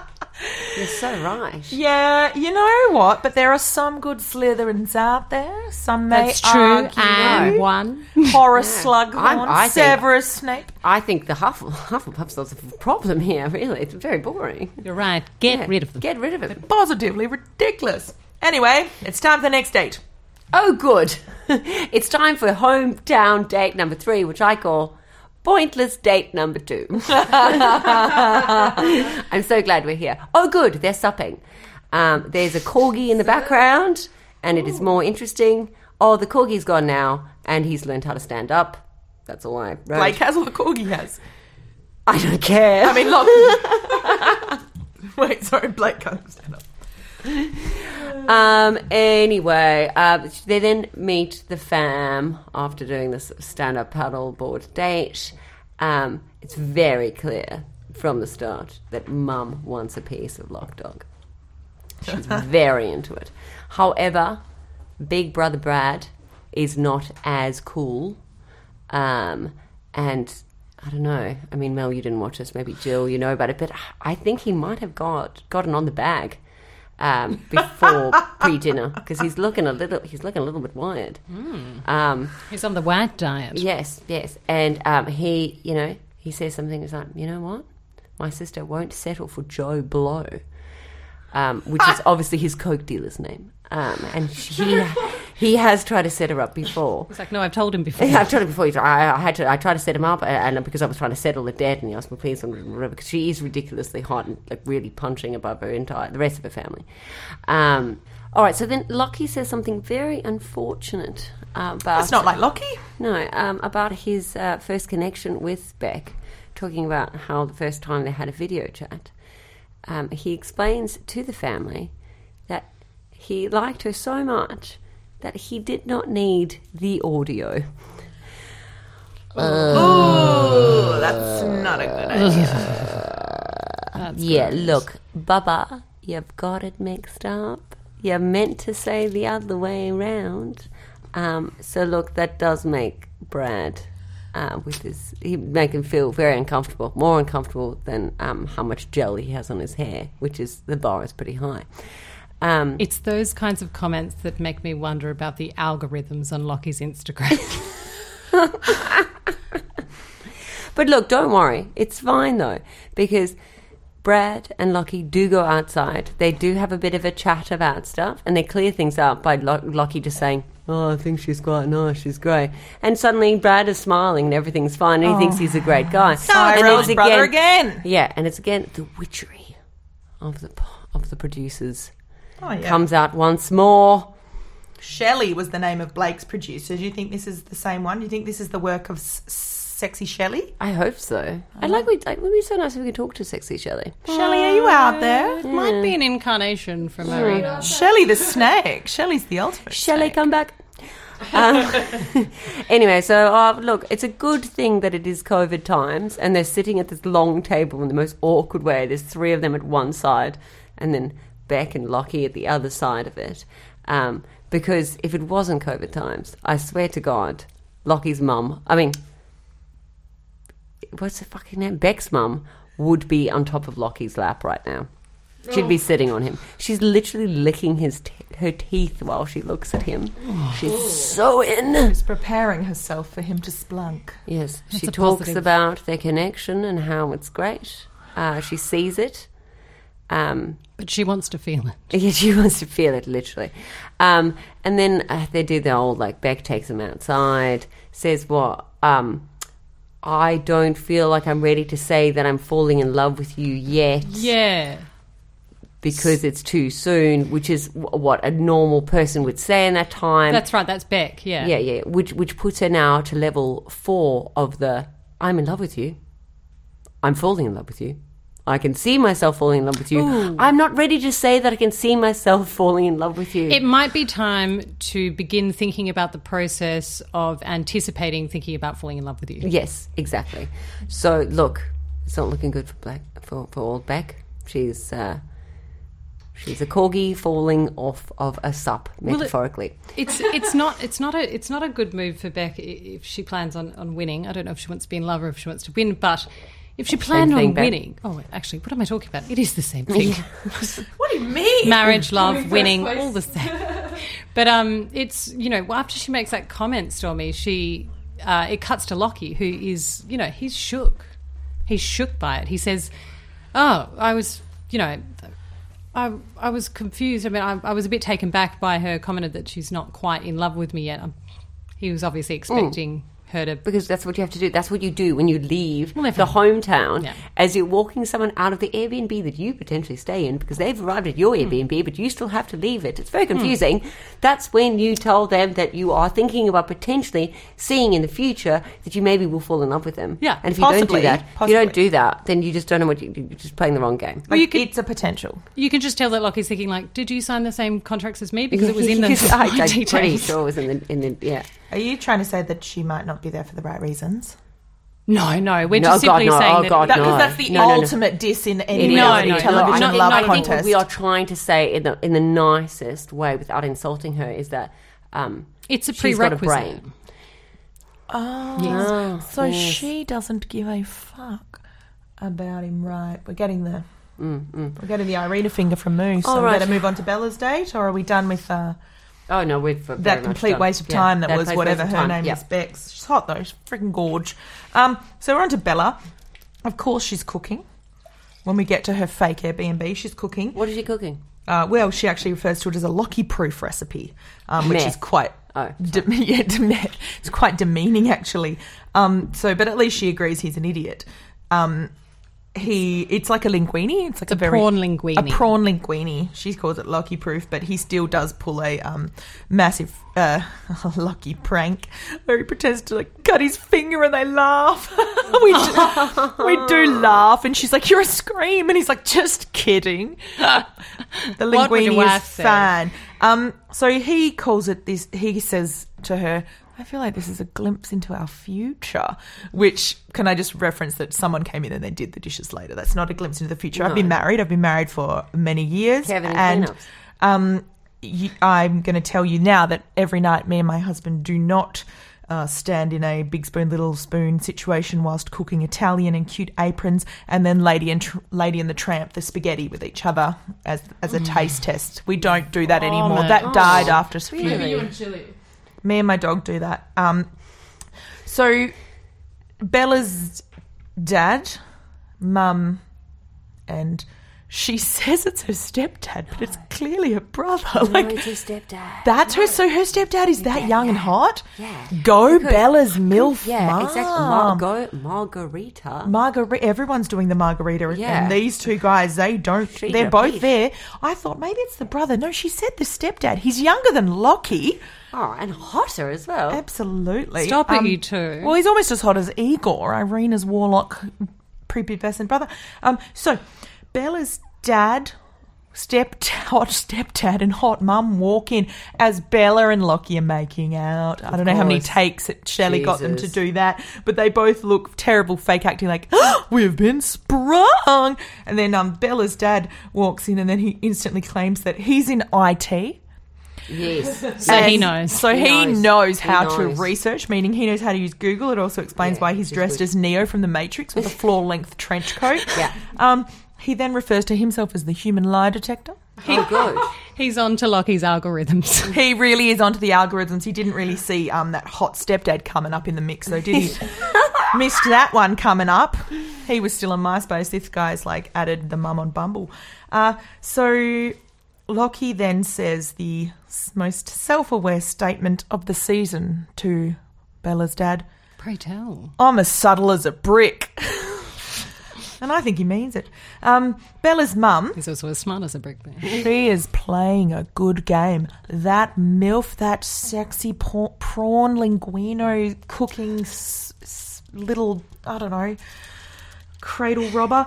Speaker 1: You're so right.
Speaker 2: Yeah, you know what? But there are some good Slytherins out there. Some may
Speaker 3: That's true.
Speaker 2: argue-
Speaker 3: And one.
Speaker 2: Horus Slug,
Speaker 1: I'm- I think-
Speaker 2: Severus Snape.
Speaker 1: I think the Huffle, Hufflepuff's not the problem here, really. It's very boring.
Speaker 3: You're right. Get rid of them.
Speaker 1: Get rid of him.
Speaker 2: Positively ridiculous. Anyway, it's time for the next date.
Speaker 1: Oh, good. it's time for hometown date number three, which I call pointless date number two. I'm so glad we're here. Oh, good. They're supping. Um, there's a corgi in the background, and it is more interesting. Oh, the corgi's gone now, and he's learned how to stand up. That's all I wrote.
Speaker 2: Blake has all the corgi has.
Speaker 1: I don't care.
Speaker 2: I mean, Lockie. Wait, sorry, Blake can't stand up.
Speaker 1: Um. Anyway, uh, they then meet the fam after doing this stand-up paddleboard date. Um, it's very clear from the start that Mum wants a piece of Lock Dog. She's very into it. However, Big Brother Brad is not as cool. Um, and I don't know. I mean, Mel, you didn't watch this. Maybe Jill, you know about it. But I think he might have got gotten on the bag um, before pre-dinner because he's looking a little. He's looking a little bit wired. Um,
Speaker 3: He's on the white diet.
Speaker 1: Yes, yes. And um, he, you know, he says something. He's like, you know what? My sister won't settle for Joe Blow. um, which is obviously his coke dealer's name. Um, and he he has tried to set her up before.
Speaker 3: It's like, no, I've told him before.
Speaker 1: I've tried it before. I, I had to. I tried to set him up, uh, and because I was trying to settle the debt, and he asked me please and whatever. Because she is ridiculously hot and like really punching above her entire the rest of her family. Um, all right. So then Lockie says something very unfortunate uh, about.
Speaker 2: It's not like Lockie.
Speaker 1: No, um, about his uh, first connection with Beck, talking about how the first time they had a video chat, um, he explains to the family that he liked her so much that he did not need the audio.
Speaker 2: Oh, that's not a good idea.
Speaker 1: yeah, look, Bubba, you've got it mixed up. You're meant to say the other way around. Um, so look, that does make Brad uh, with his he make him feel very uncomfortable, more uncomfortable than um, how much gel he has on his hair, which is the bar is pretty high. Um,
Speaker 3: It's those kinds of comments that make me wonder about the algorithms on Lockie's Instagram.
Speaker 1: But look, don't worry. It's fine though, because Brad and Lockie do go outside. They do have a bit of a chat about stuff and they clear things up by Lo- Lockie just saying, Oh, I think she's quite nice. She's great. And suddenly Brad is smiling and everything's fine and he thinks
Speaker 2: Oh.
Speaker 1: he's a great guy. and
Speaker 2: Cyril's
Speaker 1: it's
Speaker 2: brother again.
Speaker 1: Yeah, and it's again the witchery of the, p- of the producers
Speaker 2: Oh yeah.
Speaker 1: comes out once more. Uh.
Speaker 2: Shelley was the name of Blake's producer. Do you think this is the same one? Do you think this is the work of S- Sexy Shelley?
Speaker 1: I hope so.
Speaker 2: Oh.
Speaker 1: I like we like, it would be so nice if we could talk to Sexy Shelley.
Speaker 2: Shelley, are you out there?
Speaker 3: Might be an incarnation from Arena.
Speaker 2: Shelley the snake. Shelley's the ultimate.
Speaker 1: Shall I come back? Um, anyway, so uh, look, it's a good thing that it is COVID times, and they're sitting at this long table in the most awkward way. There's three of them at one side, and then Beck and Lockie at the other side of it. Um, because if it wasn't COVID times, I swear to God, Lockie's mum, I mean, what's her fucking name? Beck's mum would be on top of Lockie's lap right now. She'd
Speaker 3: Oh.
Speaker 1: be sitting on him. She's literally licking his te- her teeth while she looks at him. She's
Speaker 3: Oh.
Speaker 1: so in.
Speaker 2: She's preparing herself for him to splunk.
Speaker 1: Yes, she
Speaker 3: a
Speaker 1: talks
Speaker 3: positive.
Speaker 1: about their connection and how it's great. Uh, she sees it. Um,
Speaker 3: But she wants to feel it.
Speaker 1: yeah, she wants to feel it literally. Um, and then uh, they do the old like Beck takes him outside, says what. um, I don't feel like I'm ready to say that I'm falling in love with you yet
Speaker 3: Yeah.
Speaker 1: because it's too soon, which is w- what a normal person would say in that time.
Speaker 3: That's right. That's Beck. Yeah.
Speaker 1: yeah, yeah, which which puts her now to level four of the I'm in love with you. I'm falling in love with you. I can see myself falling in love with you. I'm not ready to say that I can see myself falling in love with you.
Speaker 3: It might be time to begin thinking about the process of anticipating thinking about falling in love with you.
Speaker 1: yes, exactly. So look, it's not looking good for Black for, for old Beck. She's uh, she's a corgi falling off of a sup, metaphorically.
Speaker 3: It's it's not it's not a it's not a good move for Beck i- if she plans on, on winning. I don't know if she wants to be in love or if she wants to win, but if she planned
Speaker 1: thing,
Speaker 3: on
Speaker 1: Beck.
Speaker 3: winning, oh, actually, what am I talking about? It is the same thing.
Speaker 2: What do you mean?
Speaker 3: marriage, love,
Speaker 4: first
Speaker 3: winning,
Speaker 4: place.
Speaker 3: all the same. But um, it's you know after she makes that comment, Stormy, she uh, it cuts to Lockie, who is you know he's shook, he's shook by it. He says, "Oh, I was you know." I, I was confused. I mean, I, I was a bit taken back by her comment that she's not quite in love with me yet. Um, he was obviously
Speaker 1: Mm.
Speaker 3: expecting her to.
Speaker 1: because that's what you have to do. That's what you do when you leave
Speaker 3: Well, if-
Speaker 1: the hometown
Speaker 3: Yeah.
Speaker 1: as you're walking someone out of the Airbnb that you potentially stay in because they've arrived at your
Speaker 3: Hmm.
Speaker 1: Airbnb, but you still have to leave it. It's very confusing. That's when you tell them that you are thinking about potentially seeing in the future that you maybe will fall in love with them.
Speaker 3: Yeah,
Speaker 1: and if you don't
Speaker 2: possibly,
Speaker 1: do that, if you don't
Speaker 2: possibly.
Speaker 1: do that, then you just don't know what you, you're just playing the wrong game.
Speaker 2: Like,
Speaker 3: you could-
Speaker 2: it's a potential.
Speaker 3: You can just tell that Lockie's thinking like, "Did you sign the same contracts as me?" Because it was in the
Speaker 1: Because I- I'm pretty
Speaker 3: details.
Speaker 1: sure it was in the, in the yeah.
Speaker 2: Are you trying to say that she might not be there for the right reasons?
Speaker 3: No, no, we're
Speaker 1: No,
Speaker 3: just
Speaker 1: God,
Speaker 3: simply
Speaker 1: no.
Speaker 3: saying
Speaker 1: Oh,
Speaker 3: that
Speaker 1: God,
Speaker 2: That, 'cause
Speaker 1: No.
Speaker 2: that's the
Speaker 1: No, no, no.
Speaker 2: ultimate diss in any
Speaker 3: is.
Speaker 2: reality
Speaker 3: No, no,
Speaker 2: television
Speaker 3: no, no,
Speaker 2: love
Speaker 3: no, I
Speaker 1: think
Speaker 2: contest.
Speaker 1: what we are trying to say in the in the nicest way without insulting her is that um,
Speaker 3: It's a
Speaker 1: she's got a
Speaker 3: prerequisite.
Speaker 1: brain.
Speaker 2: Oh,
Speaker 1: Ah,
Speaker 2: so she doesn't give a fuck about him, right? We're getting the we're getting the Irina finger from Moose. So
Speaker 1: Mm, All
Speaker 2: we
Speaker 1: right.
Speaker 2: better move on to Bella's date, or are we done with uh,
Speaker 1: Oh no, we've very
Speaker 2: that
Speaker 1: much
Speaker 2: complete
Speaker 1: done.
Speaker 2: waste of
Speaker 1: Yeah,
Speaker 2: time that, was
Speaker 1: complete
Speaker 2: whatever
Speaker 1: waste
Speaker 2: her
Speaker 1: of time.
Speaker 2: name
Speaker 1: Yeah.
Speaker 2: is Bex. She's hot though. She's freaking gorge. Um, so we're on to Bella. Of course, she's cooking. When we get to her fake Airbnb, she's cooking.
Speaker 1: What is she cooking?
Speaker 2: Uh, well, she actually refers to it as a Lockie proof recipe, um, which
Speaker 1: Meh.
Speaker 2: is quite.
Speaker 1: Oh,
Speaker 2: de- yeah, de- it's quite demeaning actually. Um, so, but at least she agrees he's an idiot. Um, he, it's like a linguine. It's like a,
Speaker 3: a
Speaker 2: very
Speaker 3: prawn linguine.
Speaker 2: a prawn linguine. She calls it lucky proof, but he still does pull a um, massive uh, lucky prank where he pretends to like cut his finger and they laugh. we, do, we do laugh, and she's like, "You're a scream," and he's like, "Just kidding." the
Speaker 3: What would your
Speaker 2: linguine
Speaker 3: wife
Speaker 2: is
Speaker 3: say?
Speaker 2: fine. Um, so he calls it this. He says to her. I feel like this is a glimpse into our future. Which can I just reference that someone came in and they did the dishes later? That's not a glimpse into the future. I've been married. I've been married for many years,
Speaker 1: Kevin and
Speaker 2: and
Speaker 1: cleanups.
Speaker 2: um, you, I'm going to tell you now that every night me and my husband do not uh, stand in a big spoon, little spoon situation whilst cooking Italian in cute aprons, and then Lady and Tr- Lady and the Tramp the spaghetti with each other as as
Speaker 4: Mm.
Speaker 2: a taste test. We don't do
Speaker 4: Oh,
Speaker 2: that anymore.
Speaker 3: my
Speaker 2: that
Speaker 3: gosh.
Speaker 2: died after a few
Speaker 1: Really?
Speaker 4: Maybe you and Chili.
Speaker 2: me and my dog do that. Um, so Bella's dad, mum, and she says it's her stepdad, but it's clearly her brother. Like
Speaker 1: it's her stepdad.
Speaker 2: that's her. So her stepdad is that young and hot.
Speaker 1: Yeah.
Speaker 2: Go
Speaker 1: Because-
Speaker 2: Bella's milf
Speaker 1: Yeah,
Speaker 2: mom.
Speaker 1: exactly. Margo, Margarita.
Speaker 2: Margarita. Everyone's doing the margarita, and-
Speaker 1: Yeah.
Speaker 2: and these two guys, they don't.
Speaker 1: She's
Speaker 2: they're
Speaker 1: a
Speaker 2: both
Speaker 1: peach.
Speaker 2: there. I thought maybe it's the brother. No, she said the stepdad. He's younger than Lockie.
Speaker 1: oh, and hotter as well.
Speaker 2: Absolutely. Um,
Speaker 3: Stop it, you two.
Speaker 2: Well, he's almost as hot as Igor, Irina's warlock prepubescent brother. Um, so, Bella's dad, step hot stepdad, and hot mum walk in as Bella and Lockie are making out. I don't know how many
Speaker 1: course.
Speaker 2: takes it Shelley got them to
Speaker 1: Jesus.
Speaker 2: do that, but they both look terrible, fake acting like we've been sprung. And then um, Bella's dad walks in, and then he instantly claims that he's in IT.
Speaker 1: yes.
Speaker 3: so he
Speaker 2: And
Speaker 3: knows.
Speaker 2: So he,
Speaker 1: He
Speaker 2: knows,
Speaker 1: knows. He
Speaker 2: how
Speaker 1: knows.
Speaker 2: to research, meaning he knows how to use Google. It also explains
Speaker 1: Yeah,
Speaker 2: why he's
Speaker 1: he's
Speaker 2: dressed
Speaker 1: good.
Speaker 2: as Neo from The Matrix with a floor length trench coat.
Speaker 1: Yeah.
Speaker 2: Um, he then refers to himself as the human lie detector.
Speaker 1: oh, good.
Speaker 3: He's on to Lockie's algorithms.
Speaker 2: He really is onto the algorithms. He didn't really see um, that hot stepdad coming up in the mix, though, did he? Missed that one coming up. He was still on MySpace. This guy's like added the mum on Bumble. Uh, so Lockie then says the s- most self aware statement of the season to Bella's dad
Speaker 3: Pray tell.
Speaker 2: I'm as subtle as a brick. and I think he means it. Um, Bella's mum
Speaker 3: He's also as smart as a brick man.
Speaker 2: she is playing a good game. That MILF, that sexy por- prawn linguino cooking s- s- little, I don't know, cradle robber.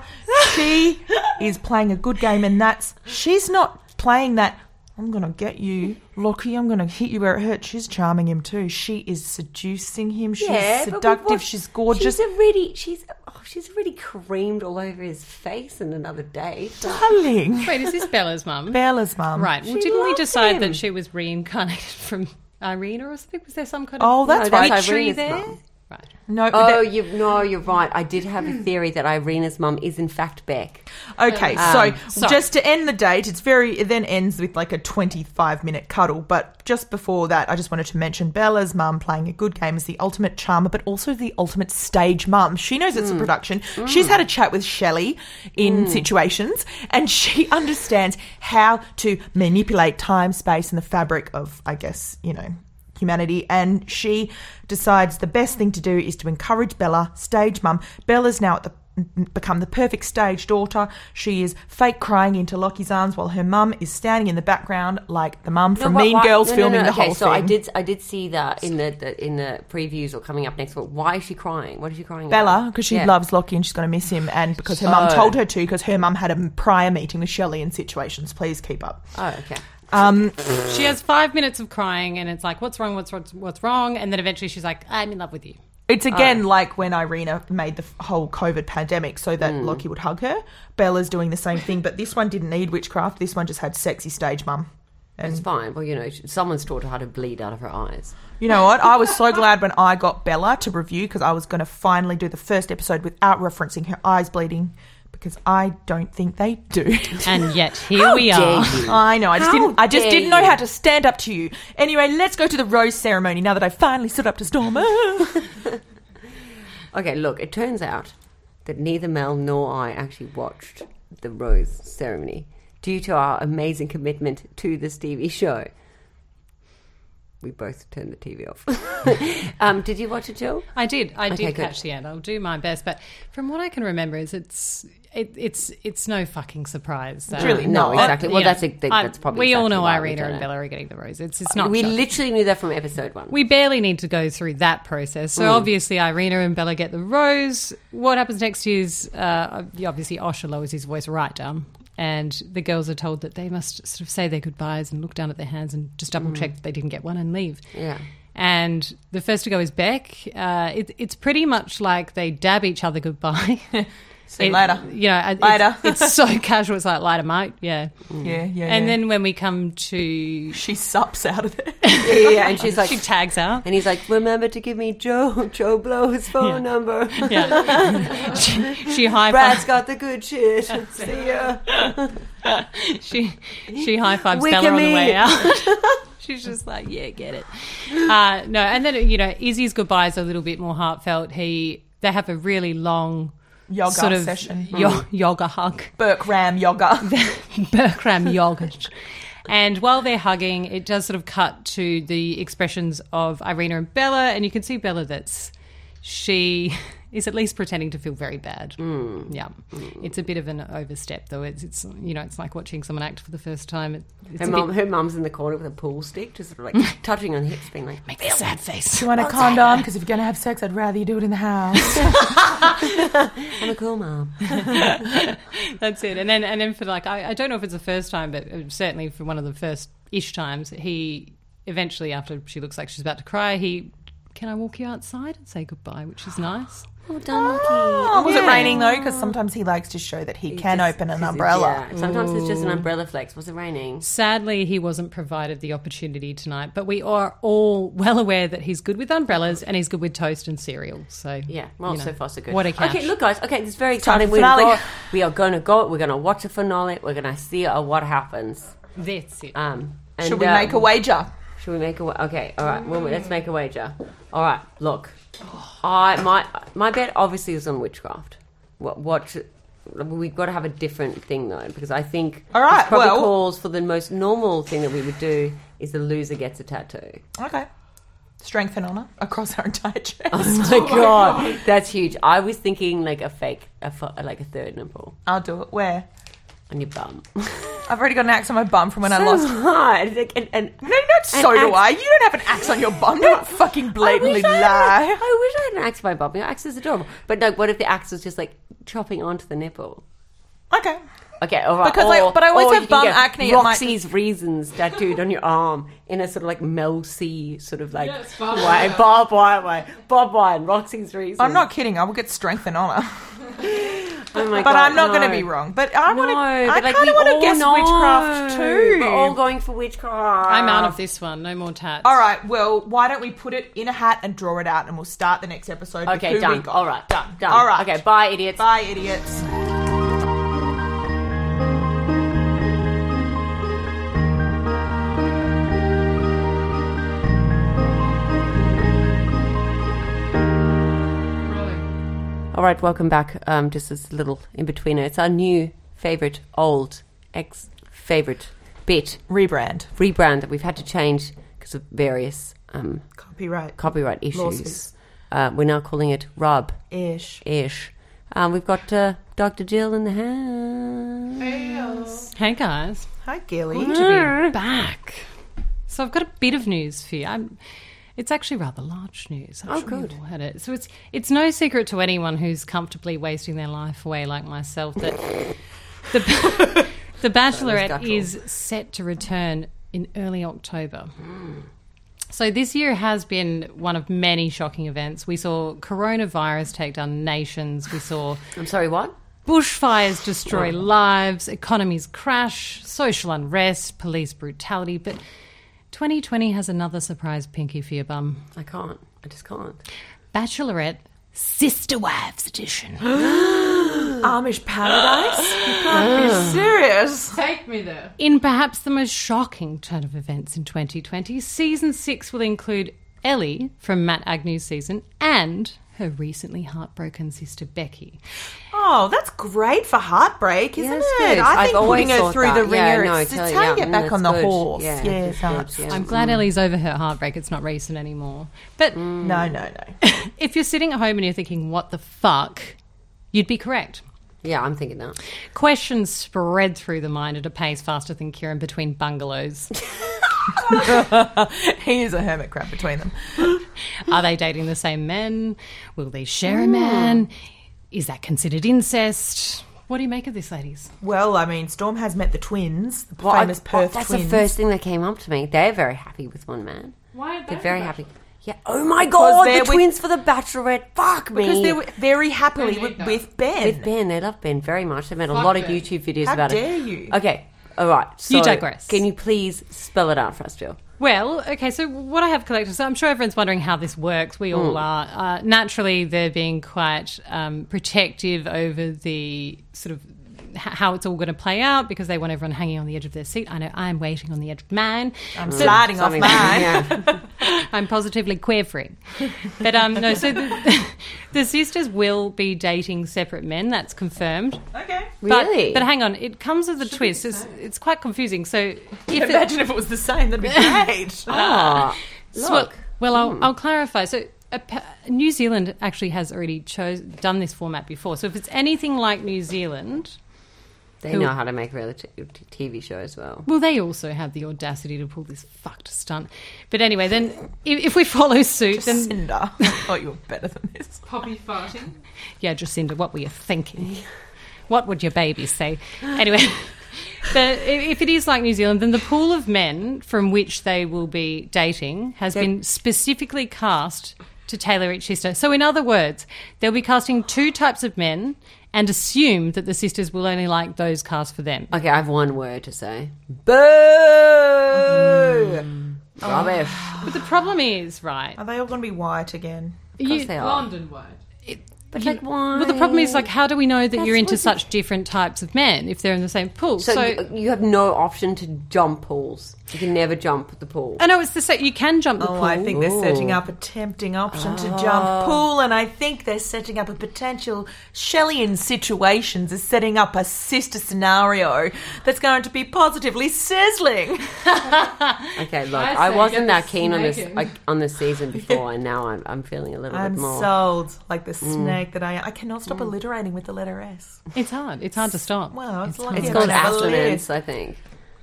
Speaker 2: She is playing a good game, and that's, she's not playing that, I'm going to get you, Lockie, I'm going to hit you where it hurts. She's charming him too. She is seducing him. She's
Speaker 1: Yeah, but we
Speaker 2: seductive.
Speaker 1: watched-
Speaker 2: She's gorgeous.
Speaker 1: She's already she's oh, she's already creamed all over his face in another day.
Speaker 2: darling.
Speaker 3: Wait, is this Bella's mum?
Speaker 2: Bella's mum.
Speaker 3: right. Well,
Speaker 1: She
Speaker 3: didn't we
Speaker 1: loved
Speaker 3: decide
Speaker 1: him.
Speaker 3: that she was reincarnated from Irina or something? Was there some kind
Speaker 2: Oh,
Speaker 3: of
Speaker 2: that's
Speaker 1: No, that's
Speaker 2: right.
Speaker 1: Irene.
Speaker 3: tree
Speaker 1: Irina's
Speaker 3: there?
Speaker 1: mum.
Speaker 3: Right.
Speaker 2: No,
Speaker 1: Oh,
Speaker 2: that-
Speaker 1: you no, you're right. I did have a theory that Irina's mum is in fact Beck.
Speaker 2: Okay, so
Speaker 3: sorry.
Speaker 2: just to end the date, it's very. It then ends with like a twenty-five minute cuddle. But just before that, I just wanted to mention Bella's mum playing a good game is the ultimate charmer, but also the ultimate stage mum. She knows it's a production. She's had a chat with Shelley in situations, and she understands how to manipulate time, space, and the fabric of, I guess, you know, humanity and she decides the best thing to do is to encourage Bella, stage mum. Bella's now at the become the perfect stage daughter. She is fake crying into Lockie's arms while her mum is standing in the background like the mum from
Speaker 1: No, what-
Speaker 2: Mean
Speaker 1: why-
Speaker 2: Girls
Speaker 1: no, no,
Speaker 2: filming
Speaker 1: no,
Speaker 2: the
Speaker 1: okay,
Speaker 2: whole
Speaker 1: so
Speaker 2: thing.
Speaker 1: I did I did see that in the, the in the previews or coming up next week. Why is she crying? What is she crying?
Speaker 2: Bella,
Speaker 1: about?
Speaker 2: because she
Speaker 1: Yeah.
Speaker 2: loves Lockie and she's going to miss him, and because her mum
Speaker 1: Oh.
Speaker 2: told her to, because her mum had a prior meeting with Shelley in situations. Please keep up.
Speaker 1: Oh, okay.
Speaker 2: Um,
Speaker 3: She has five minutes of crying, and it's like, what's wrong? What's what's, what's wrong? And then eventually, she's like, I'm in love with you.
Speaker 2: It's
Speaker 3: Oh.
Speaker 2: again like when Irina made the f- whole COVID pandemic so that
Speaker 3: Hmm.
Speaker 2: Lockie would hug her. Bella's doing the same thing, but this one didn't need witchcraft. This one just had sexy stage mum.
Speaker 1: It's fine. Well, you know, she- someone's taught her how to bleed out of her eyes.
Speaker 2: You know what? I was so glad when I got Bella to review because I was going to finally do the first episode without referencing her eyes bleeding because I don't think they do.
Speaker 3: And yet here we are.
Speaker 2: I know. I just
Speaker 1: How
Speaker 2: didn't. I just
Speaker 1: dare
Speaker 2: didn't know
Speaker 1: you.
Speaker 2: how to stand up to you. Anyway, let's go to the rose ceremony now that I finally stood up to Storm.
Speaker 1: Okay, look, it turns out but neither Mel nor I actually watched the rose ceremony due to our amazing commitment to this TV show. We both turned the TV off. um, did you watch it, Jill?
Speaker 3: I did. I
Speaker 1: Okay,
Speaker 3: did
Speaker 1: good.
Speaker 3: catch the end. I'll do my best, but from what I can remember, is it's it, it's it's no fucking surprise. That,
Speaker 2: really
Speaker 1: no,
Speaker 2: not.
Speaker 1: exactly. Well,
Speaker 3: you know,
Speaker 1: that's a,
Speaker 3: I-
Speaker 1: that's probably
Speaker 3: we all
Speaker 1: exactly
Speaker 3: know
Speaker 1: why we
Speaker 3: Irina
Speaker 1: don't
Speaker 3: and
Speaker 1: know.
Speaker 3: Bella are getting the roses. It's not.
Speaker 1: We
Speaker 3: shocking.
Speaker 1: literally knew that from episode one.
Speaker 3: We barely need to go through that process. So obviously, Irina and Bella get the rose. What happens next is uh, obviously Osha lowers his voice right down, and the girls are told that they must sort of say their goodbyes and look down at their hands and just double check that they didn't get one and leave.
Speaker 1: Yeah.
Speaker 3: And the first to go is Beck. Uh, it, it's pretty much like they dab each other goodbye.
Speaker 2: See you later.
Speaker 3: You know, it-
Speaker 2: Later.
Speaker 3: It's, it's so casual. It's like later, mate. Yeah.
Speaker 2: Yeah, yeah.
Speaker 3: And then when we come to,
Speaker 2: she sups out of there.
Speaker 1: yeah, yeah, yeah. And she's like,
Speaker 3: she tags out.
Speaker 1: and he's like, remember to give me Joe Joe Blow's phone number.
Speaker 3: Yeah. she she high
Speaker 1: Brad's
Speaker 3: fives.
Speaker 1: got the good shit. See ya.
Speaker 3: She she high fives
Speaker 1: Wink
Speaker 3: Bella
Speaker 1: at
Speaker 3: on the
Speaker 1: me.
Speaker 3: way out. She's just like, yeah, get it. Uh, no, and then you know, Izzy's goodbye is a little bit more heartfelt. He they have a really long
Speaker 2: Yoga
Speaker 3: sort of
Speaker 2: session. Mm.
Speaker 3: yo- yoga hug,
Speaker 2: Burke Ram yoga.
Speaker 3: Berkram yogurt. And while they're hugging, it does sort of cut to the expressions of Irina and Bella, and you can see Bella that's she is at least pretending to feel very bad.
Speaker 1: Mm.
Speaker 3: Yeah, it's a bit of an overstep, though. It's, it's you know, it's like watching someone act for the first time. It, it's
Speaker 1: Her
Speaker 3: a
Speaker 1: mum,
Speaker 3: bit,
Speaker 1: her mum's in the corner with a pool stick, just sort of like touching on hips, being like,
Speaker 3: make a sad face.
Speaker 2: you want a condom? Because if you're going to have sex, I'd rather you do it in the house.
Speaker 1: "I'm a cool mum."
Speaker 3: That's it. And then and then for like I, I don't know if it's the first time, but uh, certainly for one of the first ish times, he eventually after she looks like she's about to cry, he can I walk you outside and say goodbye, which is nice.
Speaker 1: Oh, donkey.
Speaker 2: was it raining though? Because sometimes he likes to show that he can open an umbrella.
Speaker 1: Yeah. Sometimes it's just an umbrella flex. Was it raining?
Speaker 3: Sadly, he wasn't provided the opportunity tonight, but we are all well aware that he's good with umbrellas and he's good with toast and cereal. So
Speaker 1: Yeah. Well,
Speaker 3: you know,
Speaker 1: so far so good.
Speaker 3: What a catch!
Speaker 1: Okay, look, guys. Okay, this is very
Speaker 2: time
Speaker 1: exciting.
Speaker 2: for
Speaker 1: We've
Speaker 2: finale.
Speaker 1: got, we are going to go. We're going to watch the finale. We're going to see uh, what happens.
Speaker 3: that's it.
Speaker 1: Um, and,
Speaker 2: Should we
Speaker 1: uh,
Speaker 2: make a wager?
Speaker 1: Should we make a wa- okay? All right, well,
Speaker 2: Mm.
Speaker 1: let's make a wager. All right, look, I my my bet obviously is on witchcraft. What what? should- We've got to have a different thing though, because I think
Speaker 2: All right,
Speaker 1: this probably
Speaker 2: well-
Speaker 1: calls for the most normal thing that we would do is the loser gets a tattoo.
Speaker 2: Okay. Strength and honor across our entire chest.
Speaker 1: Oh my god, that's huge! I was thinking like a fake, a fu- like a third nipple
Speaker 2: I'll do it. Where?
Speaker 1: on your bum.
Speaker 2: I've already got an axe on my bum from when I lost.
Speaker 1: hard. Like, and, and
Speaker 2: No, not so do I. You don't have an axe on your bum. Don't fucking blatantly
Speaker 1: I wish I had-
Speaker 2: lie.
Speaker 1: I wish I had an axe by Bob. Your axe is adorable. But like, what if the axe was just like chopping onto the nipple?
Speaker 2: Okay.
Speaker 1: Okay, all right.
Speaker 2: Because I-
Speaker 1: Or-
Speaker 2: but I always
Speaker 1: or
Speaker 2: have
Speaker 1: you can
Speaker 2: bum
Speaker 1: get
Speaker 2: acne, it might
Speaker 1: Roxy's reasons tattooed on your arm in a sort of like Mel C sort of like
Speaker 4: Yes, barbed
Speaker 1: way,
Speaker 4: wire.
Speaker 1: Bob White way, Bob White, and Roxy's reasons.
Speaker 2: I'm not kidding. I will get strength and honor.
Speaker 1: Oh my
Speaker 2: But
Speaker 1: God,
Speaker 2: I'm not
Speaker 1: no.
Speaker 2: going to be wrong. But I
Speaker 1: No,
Speaker 2: want to. I
Speaker 1: but like
Speaker 2: kind
Speaker 1: we
Speaker 2: of want
Speaker 1: all
Speaker 2: to guess
Speaker 1: know.
Speaker 2: witchcraft too.
Speaker 1: We're all going for witchcraft.
Speaker 3: I'm out of this one. No more tats.
Speaker 2: All right. Well, why don't we put it in a hat and draw it out, and we'll start the next episode. with who
Speaker 1: Okay,
Speaker 2: we
Speaker 1: done.
Speaker 2: got.
Speaker 1: All right, done, done.
Speaker 2: All right.
Speaker 1: Okay, bye, idiots.
Speaker 2: Bye, idiots.
Speaker 1: All right, welcome back. Um, just as a little in betweener. It's our new favorite, old ex favorite bit
Speaker 2: Rebrand.
Speaker 1: rebrand that we've had to change because of various um,
Speaker 2: Copyright.
Speaker 1: copyright issues.
Speaker 2: Lawsuits.
Speaker 1: Uh, we're now calling it Rub
Speaker 2: Ish.
Speaker 1: Ish. Um, we've got uh, Dr. Jill in the house.
Speaker 3: Hey guys,
Speaker 2: Hi, Gilly.
Speaker 3: good to be back. So I've got a bit of news for you. I'm, it's actually rather large news. I'm
Speaker 1: Oh,
Speaker 3: sure you've
Speaker 1: good.
Speaker 3: all Had it. So it's it's no secret to anyone who's comfortably wasting their life away like myself that the the Bachelorette
Speaker 1: guttural.
Speaker 3: is set to return in early October. So this year has been one of many shocking events. We saw coronavirus take down nations. We saw
Speaker 1: I'm sorry, what?
Speaker 3: Bushfires destroy
Speaker 4: Oh.
Speaker 3: lives, economies crash, social unrest, police brutality. But 2020 has another surprise pinky for your bum.
Speaker 1: I can't. I just can't.
Speaker 3: Bachelorette Sister Wives Edition.
Speaker 2: Amish paradise. You
Speaker 1: Ah.
Speaker 2: can't be serious.
Speaker 4: Take me there.
Speaker 3: In perhaps the most shocking turn of events in 2020, season six will include Ellie from Matt Agnew's season, and her recently heartbroken sister Becky.
Speaker 2: Oh, that's great for heartbreak, isn't
Speaker 1: Yes,
Speaker 2: it?
Speaker 1: good.
Speaker 2: I
Speaker 1: I've
Speaker 2: think
Speaker 1: always
Speaker 2: putting her
Speaker 1: thought
Speaker 2: through
Speaker 1: that.
Speaker 2: the
Speaker 1: Yeah,
Speaker 2: ringer
Speaker 1: no, I
Speaker 2: it's,
Speaker 1: tell
Speaker 2: it's
Speaker 1: you,
Speaker 2: how
Speaker 1: yeah,
Speaker 2: you get
Speaker 1: mm,
Speaker 2: back
Speaker 1: that's
Speaker 2: on the
Speaker 1: good.
Speaker 2: horse.
Speaker 1: Yeah,
Speaker 2: Yeah,
Speaker 1: good,
Speaker 2: it helps.
Speaker 1: good, yeah.
Speaker 3: I'm
Speaker 4: Mm.
Speaker 3: glad Ellie's over her heartbreak. It's not recent anymore. But
Speaker 2: No, no, no.
Speaker 3: if you're sitting at home and you're thinking, what the fuck, you'd be correct.
Speaker 1: Yeah, I'm thinking that.
Speaker 3: Questions spread through the mind at a pace faster than Kieran between bungalows.
Speaker 2: he is a hermit crab between them.
Speaker 3: Are they dating the same men? Will they share a man? Is that considered incest? What do you make of this, ladies?
Speaker 2: Well, I mean, Storm has met the twins, the
Speaker 1: Well, I-
Speaker 2: famous Perth
Speaker 1: that's
Speaker 2: twins.
Speaker 1: the first thing that came up to me. They're very happy with one man.
Speaker 4: Why are they
Speaker 1: They're very
Speaker 4: the
Speaker 1: happy. Yeah. Oh my god, the
Speaker 2: they're with-
Speaker 1: twins for the Bachelorette. Fuck me.
Speaker 2: because they were very happily with,
Speaker 4: that.
Speaker 2: with Ben.
Speaker 1: with Ben, they love Ben very much. They made a
Speaker 4: Fuck
Speaker 1: lot of
Speaker 4: Ben.
Speaker 1: YouTube videos
Speaker 2: How
Speaker 1: about
Speaker 2: dare
Speaker 1: it.
Speaker 2: you.
Speaker 1: Okay. All right. So
Speaker 3: You digress.
Speaker 1: Can you please spell it out for us, Jill?
Speaker 3: Well, okay, so what I have collected, so I'm sure everyone's wondering how this works. We
Speaker 2: Hmm.
Speaker 3: all are. Uh, naturally, they're being quite um, protective over the sort of h- how it's all going to play out because they want everyone hanging on the edge of their seat. I know I'm waiting on the edge of mine.
Speaker 2: I'm Mm. sliding off
Speaker 1: Something
Speaker 2: mine.
Speaker 1: like that, yeah.
Speaker 3: I'm positively queer free. But um, no, so the, the sisters will be dating separate men. That's confirmed.
Speaker 2: Okay.
Speaker 3: But,
Speaker 1: Really?
Speaker 3: But hang on, it comes with a twist. It's, it's quite confusing. So if it,
Speaker 2: Imagine if it was the same, that'd be great.
Speaker 1: Ah,
Speaker 3: So-
Speaker 1: look.
Speaker 3: well, I'll, I'll clarify. So, a pa- New Zealand actually has already chose done this format before. So, if it's anything like New Zealand,
Speaker 1: They
Speaker 3: Who-
Speaker 1: know how to make reality t- TV show as well.
Speaker 3: well, they also have the audacity to pull this fucked stunt. But anyway, then if, if we follow suit, then
Speaker 2: Cinder. I thought you were better than this.
Speaker 4: Poppy farting.
Speaker 3: yeah, Jacinda, what were you thinking? What would your baby say? Anyway, the, i- if it is like New Zealand, then the pool of men from which they will be dating has been specifically cast to tailor each sister. So, in other words, they'll be casting two types of men and assume that the sisters will only like those cast for them.
Speaker 1: Okay, I have one word to say.
Speaker 2: Boo!
Speaker 1: Rubbish.
Speaker 3: But the problem is, right?
Speaker 2: Are they all going to be white again?
Speaker 1: Of course
Speaker 3: you-
Speaker 1: they are.
Speaker 4: London wide.
Speaker 1: But like, why?
Speaker 3: well, the problem is, like, how do we know that you're
Speaker 1: That's
Speaker 3: into
Speaker 1: what-
Speaker 3: such different types of men if they're in the same pool?
Speaker 1: So, you, you have no option to jump pools. You can never jump the pool.
Speaker 3: I know oh, it's the same. You can jump the
Speaker 2: Oh,
Speaker 3: pool.
Speaker 2: I think they're
Speaker 1: Ooh. Oh.
Speaker 2: setting up a tempting option to jump pool, and I think they're setting up a potential Shelley in situations is setting up a sister scenario that's going to be positively sizzling.
Speaker 1: Okay, look,
Speaker 4: I
Speaker 1: I,
Speaker 4: say get
Speaker 1: wasn't that
Speaker 4: the
Speaker 1: keen on this
Speaker 4: snake in.
Speaker 1: like, on this season before, and now I'm, I'm feeling a little
Speaker 2: I'm
Speaker 1: bit more. Mm.
Speaker 2: sold like the snake that I am. I cannot stop alliterating with the letter S.
Speaker 3: It's hard. It's hard to stop.
Speaker 2: Well, it's, like
Speaker 1: it's called
Speaker 2: it's a lid.
Speaker 1: assonance, I think.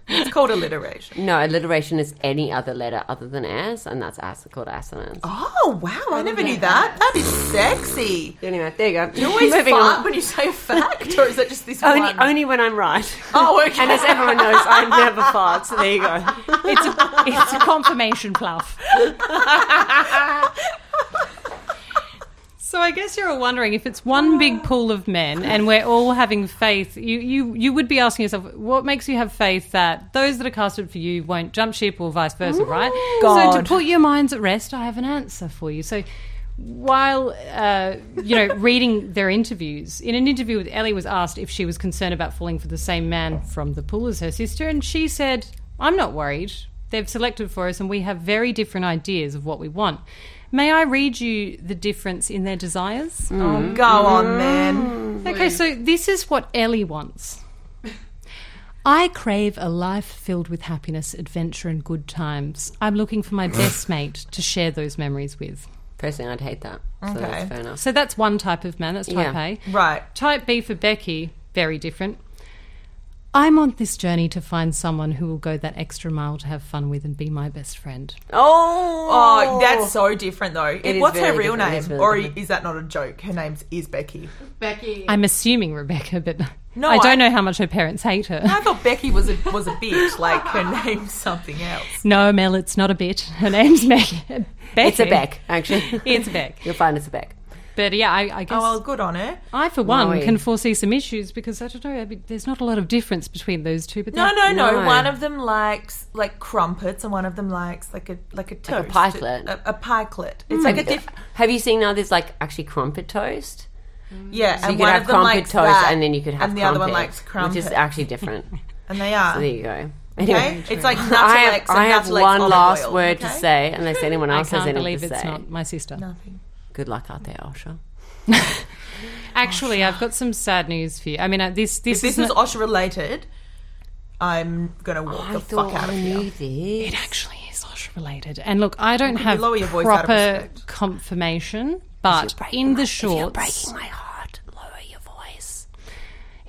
Speaker 2: It's called alliteration.
Speaker 1: No, alliteration is any other letter other than S, and that's as- called assonance.
Speaker 2: Oh wow! I never knew that. That is sexy.
Speaker 1: Anyway, there you go.
Speaker 2: You always
Speaker 1: Moving
Speaker 2: fart
Speaker 1: on.
Speaker 2: when you say a fact, or is that just this
Speaker 1: Only,
Speaker 2: one?
Speaker 1: only when I'm right.
Speaker 2: Oh, okay.
Speaker 1: And as everyone knows, I never fart, so there you go.
Speaker 3: It's a, it's a confirmation fluff. So I guess you're all wondering if it's one big pool of men and we're all having faith. You, you, you would be asking yourself, what makes you have faith that those that are casted for you won't jump ship or vice versa, right? So
Speaker 2: God.
Speaker 3: to put your minds at rest, I have an answer for you. So while uh, you know reading their interviews, in an interview with Ellie was asked if she was concerned about falling for the same man from the pool as her sister, and she said, "I'm not worried. They've selected for us, and we have very different ideas of what we want." May I read you the difference in their desires?
Speaker 2: Oh, go
Speaker 1: Mm.
Speaker 2: on then.
Speaker 3: Okay, so this is what Ellie wants. I crave a life filled with happiness, adventure, and good times. I'm looking for my best mate to share those memories with.
Speaker 1: Personally, I'd hate that. So
Speaker 2: Okay.
Speaker 1: that's fair enough.
Speaker 3: So that's one type of man. That's type
Speaker 1: Yeah.
Speaker 3: A.
Speaker 2: Right.
Speaker 3: Type B for Becky, very different. I'm on this journey to find someone who will go that extra mile to have fun with and be my best friend.
Speaker 1: Oh,
Speaker 2: Oh, that's so different though.
Speaker 1: is
Speaker 2: What's her
Speaker 1: very
Speaker 2: real
Speaker 1: different. It
Speaker 2: name?
Speaker 1: is really
Speaker 2: or
Speaker 1: different.
Speaker 2: is that not a joke? Her name's is Becky.
Speaker 4: Becky.
Speaker 3: I'm assuming Rebecca, but
Speaker 2: No,
Speaker 3: I don't
Speaker 2: I-
Speaker 3: know how much her parents hate her.
Speaker 2: I thought Becky was a was a bitch, like her name's something else.
Speaker 3: No, Mel, it's not a bit. Her name's Meg. Becky.
Speaker 1: it's a beck, actually.
Speaker 3: It's a Beck.
Speaker 1: You'll find it's a beck.
Speaker 3: But yeah, I, I guess
Speaker 2: Oh well, good on her.
Speaker 3: I, for one,
Speaker 1: Why?
Speaker 3: can foresee some issues because I don't know. I mean, there's not a lot of difference between those two. But
Speaker 2: No,
Speaker 3: that-
Speaker 2: no, no,
Speaker 1: Oh, No.
Speaker 2: One of them likes like crumpets, and one of them likes like a like a toast,
Speaker 1: pikelet.
Speaker 2: a, a pikelet.
Speaker 1: Hmm.
Speaker 2: It's like a diff-
Speaker 1: Have you seen now there's like actually crumpet toast?
Speaker 2: yeah.
Speaker 1: So
Speaker 2: and
Speaker 1: you could
Speaker 2: one
Speaker 1: have
Speaker 2: of them
Speaker 1: crumpet
Speaker 2: likes
Speaker 1: toast
Speaker 2: that,
Speaker 1: and then you could have
Speaker 2: and the
Speaker 1: crumpet,
Speaker 2: other one likes crumpet,
Speaker 1: Which is actually different.
Speaker 2: and they are
Speaker 1: there you go.
Speaker 2: Okay, it's like Nutalex
Speaker 1: I have,
Speaker 2: and
Speaker 1: I have
Speaker 2: Nutalex
Speaker 1: one
Speaker 2: olive
Speaker 1: last
Speaker 2: oil,
Speaker 1: word to
Speaker 2: okay?
Speaker 1: say, unless anyone
Speaker 3: I
Speaker 1: else has
Speaker 3: can't
Speaker 1: anything
Speaker 3: believe
Speaker 1: to
Speaker 3: it's
Speaker 1: say.
Speaker 3: not my sister.
Speaker 2: Nothing.
Speaker 1: Good luck out there, Osha.
Speaker 3: Actually, I've got some sad news for you. I mean, uh, this this
Speaker 2: If this
Speaker 3: is
Speaker 2: was Osha related, I'm gonna walk the fuck out of here.
Speaker 1: this.
Speaker 3: It actually is Osha related. And look, I don't have
Speaker 2: lower your voice out of
Speaker 3: proper
Speaker 2: respect?
Speaker 3: confirmation, but in the shorts,
Speaker 1: my heart. Lower your voice.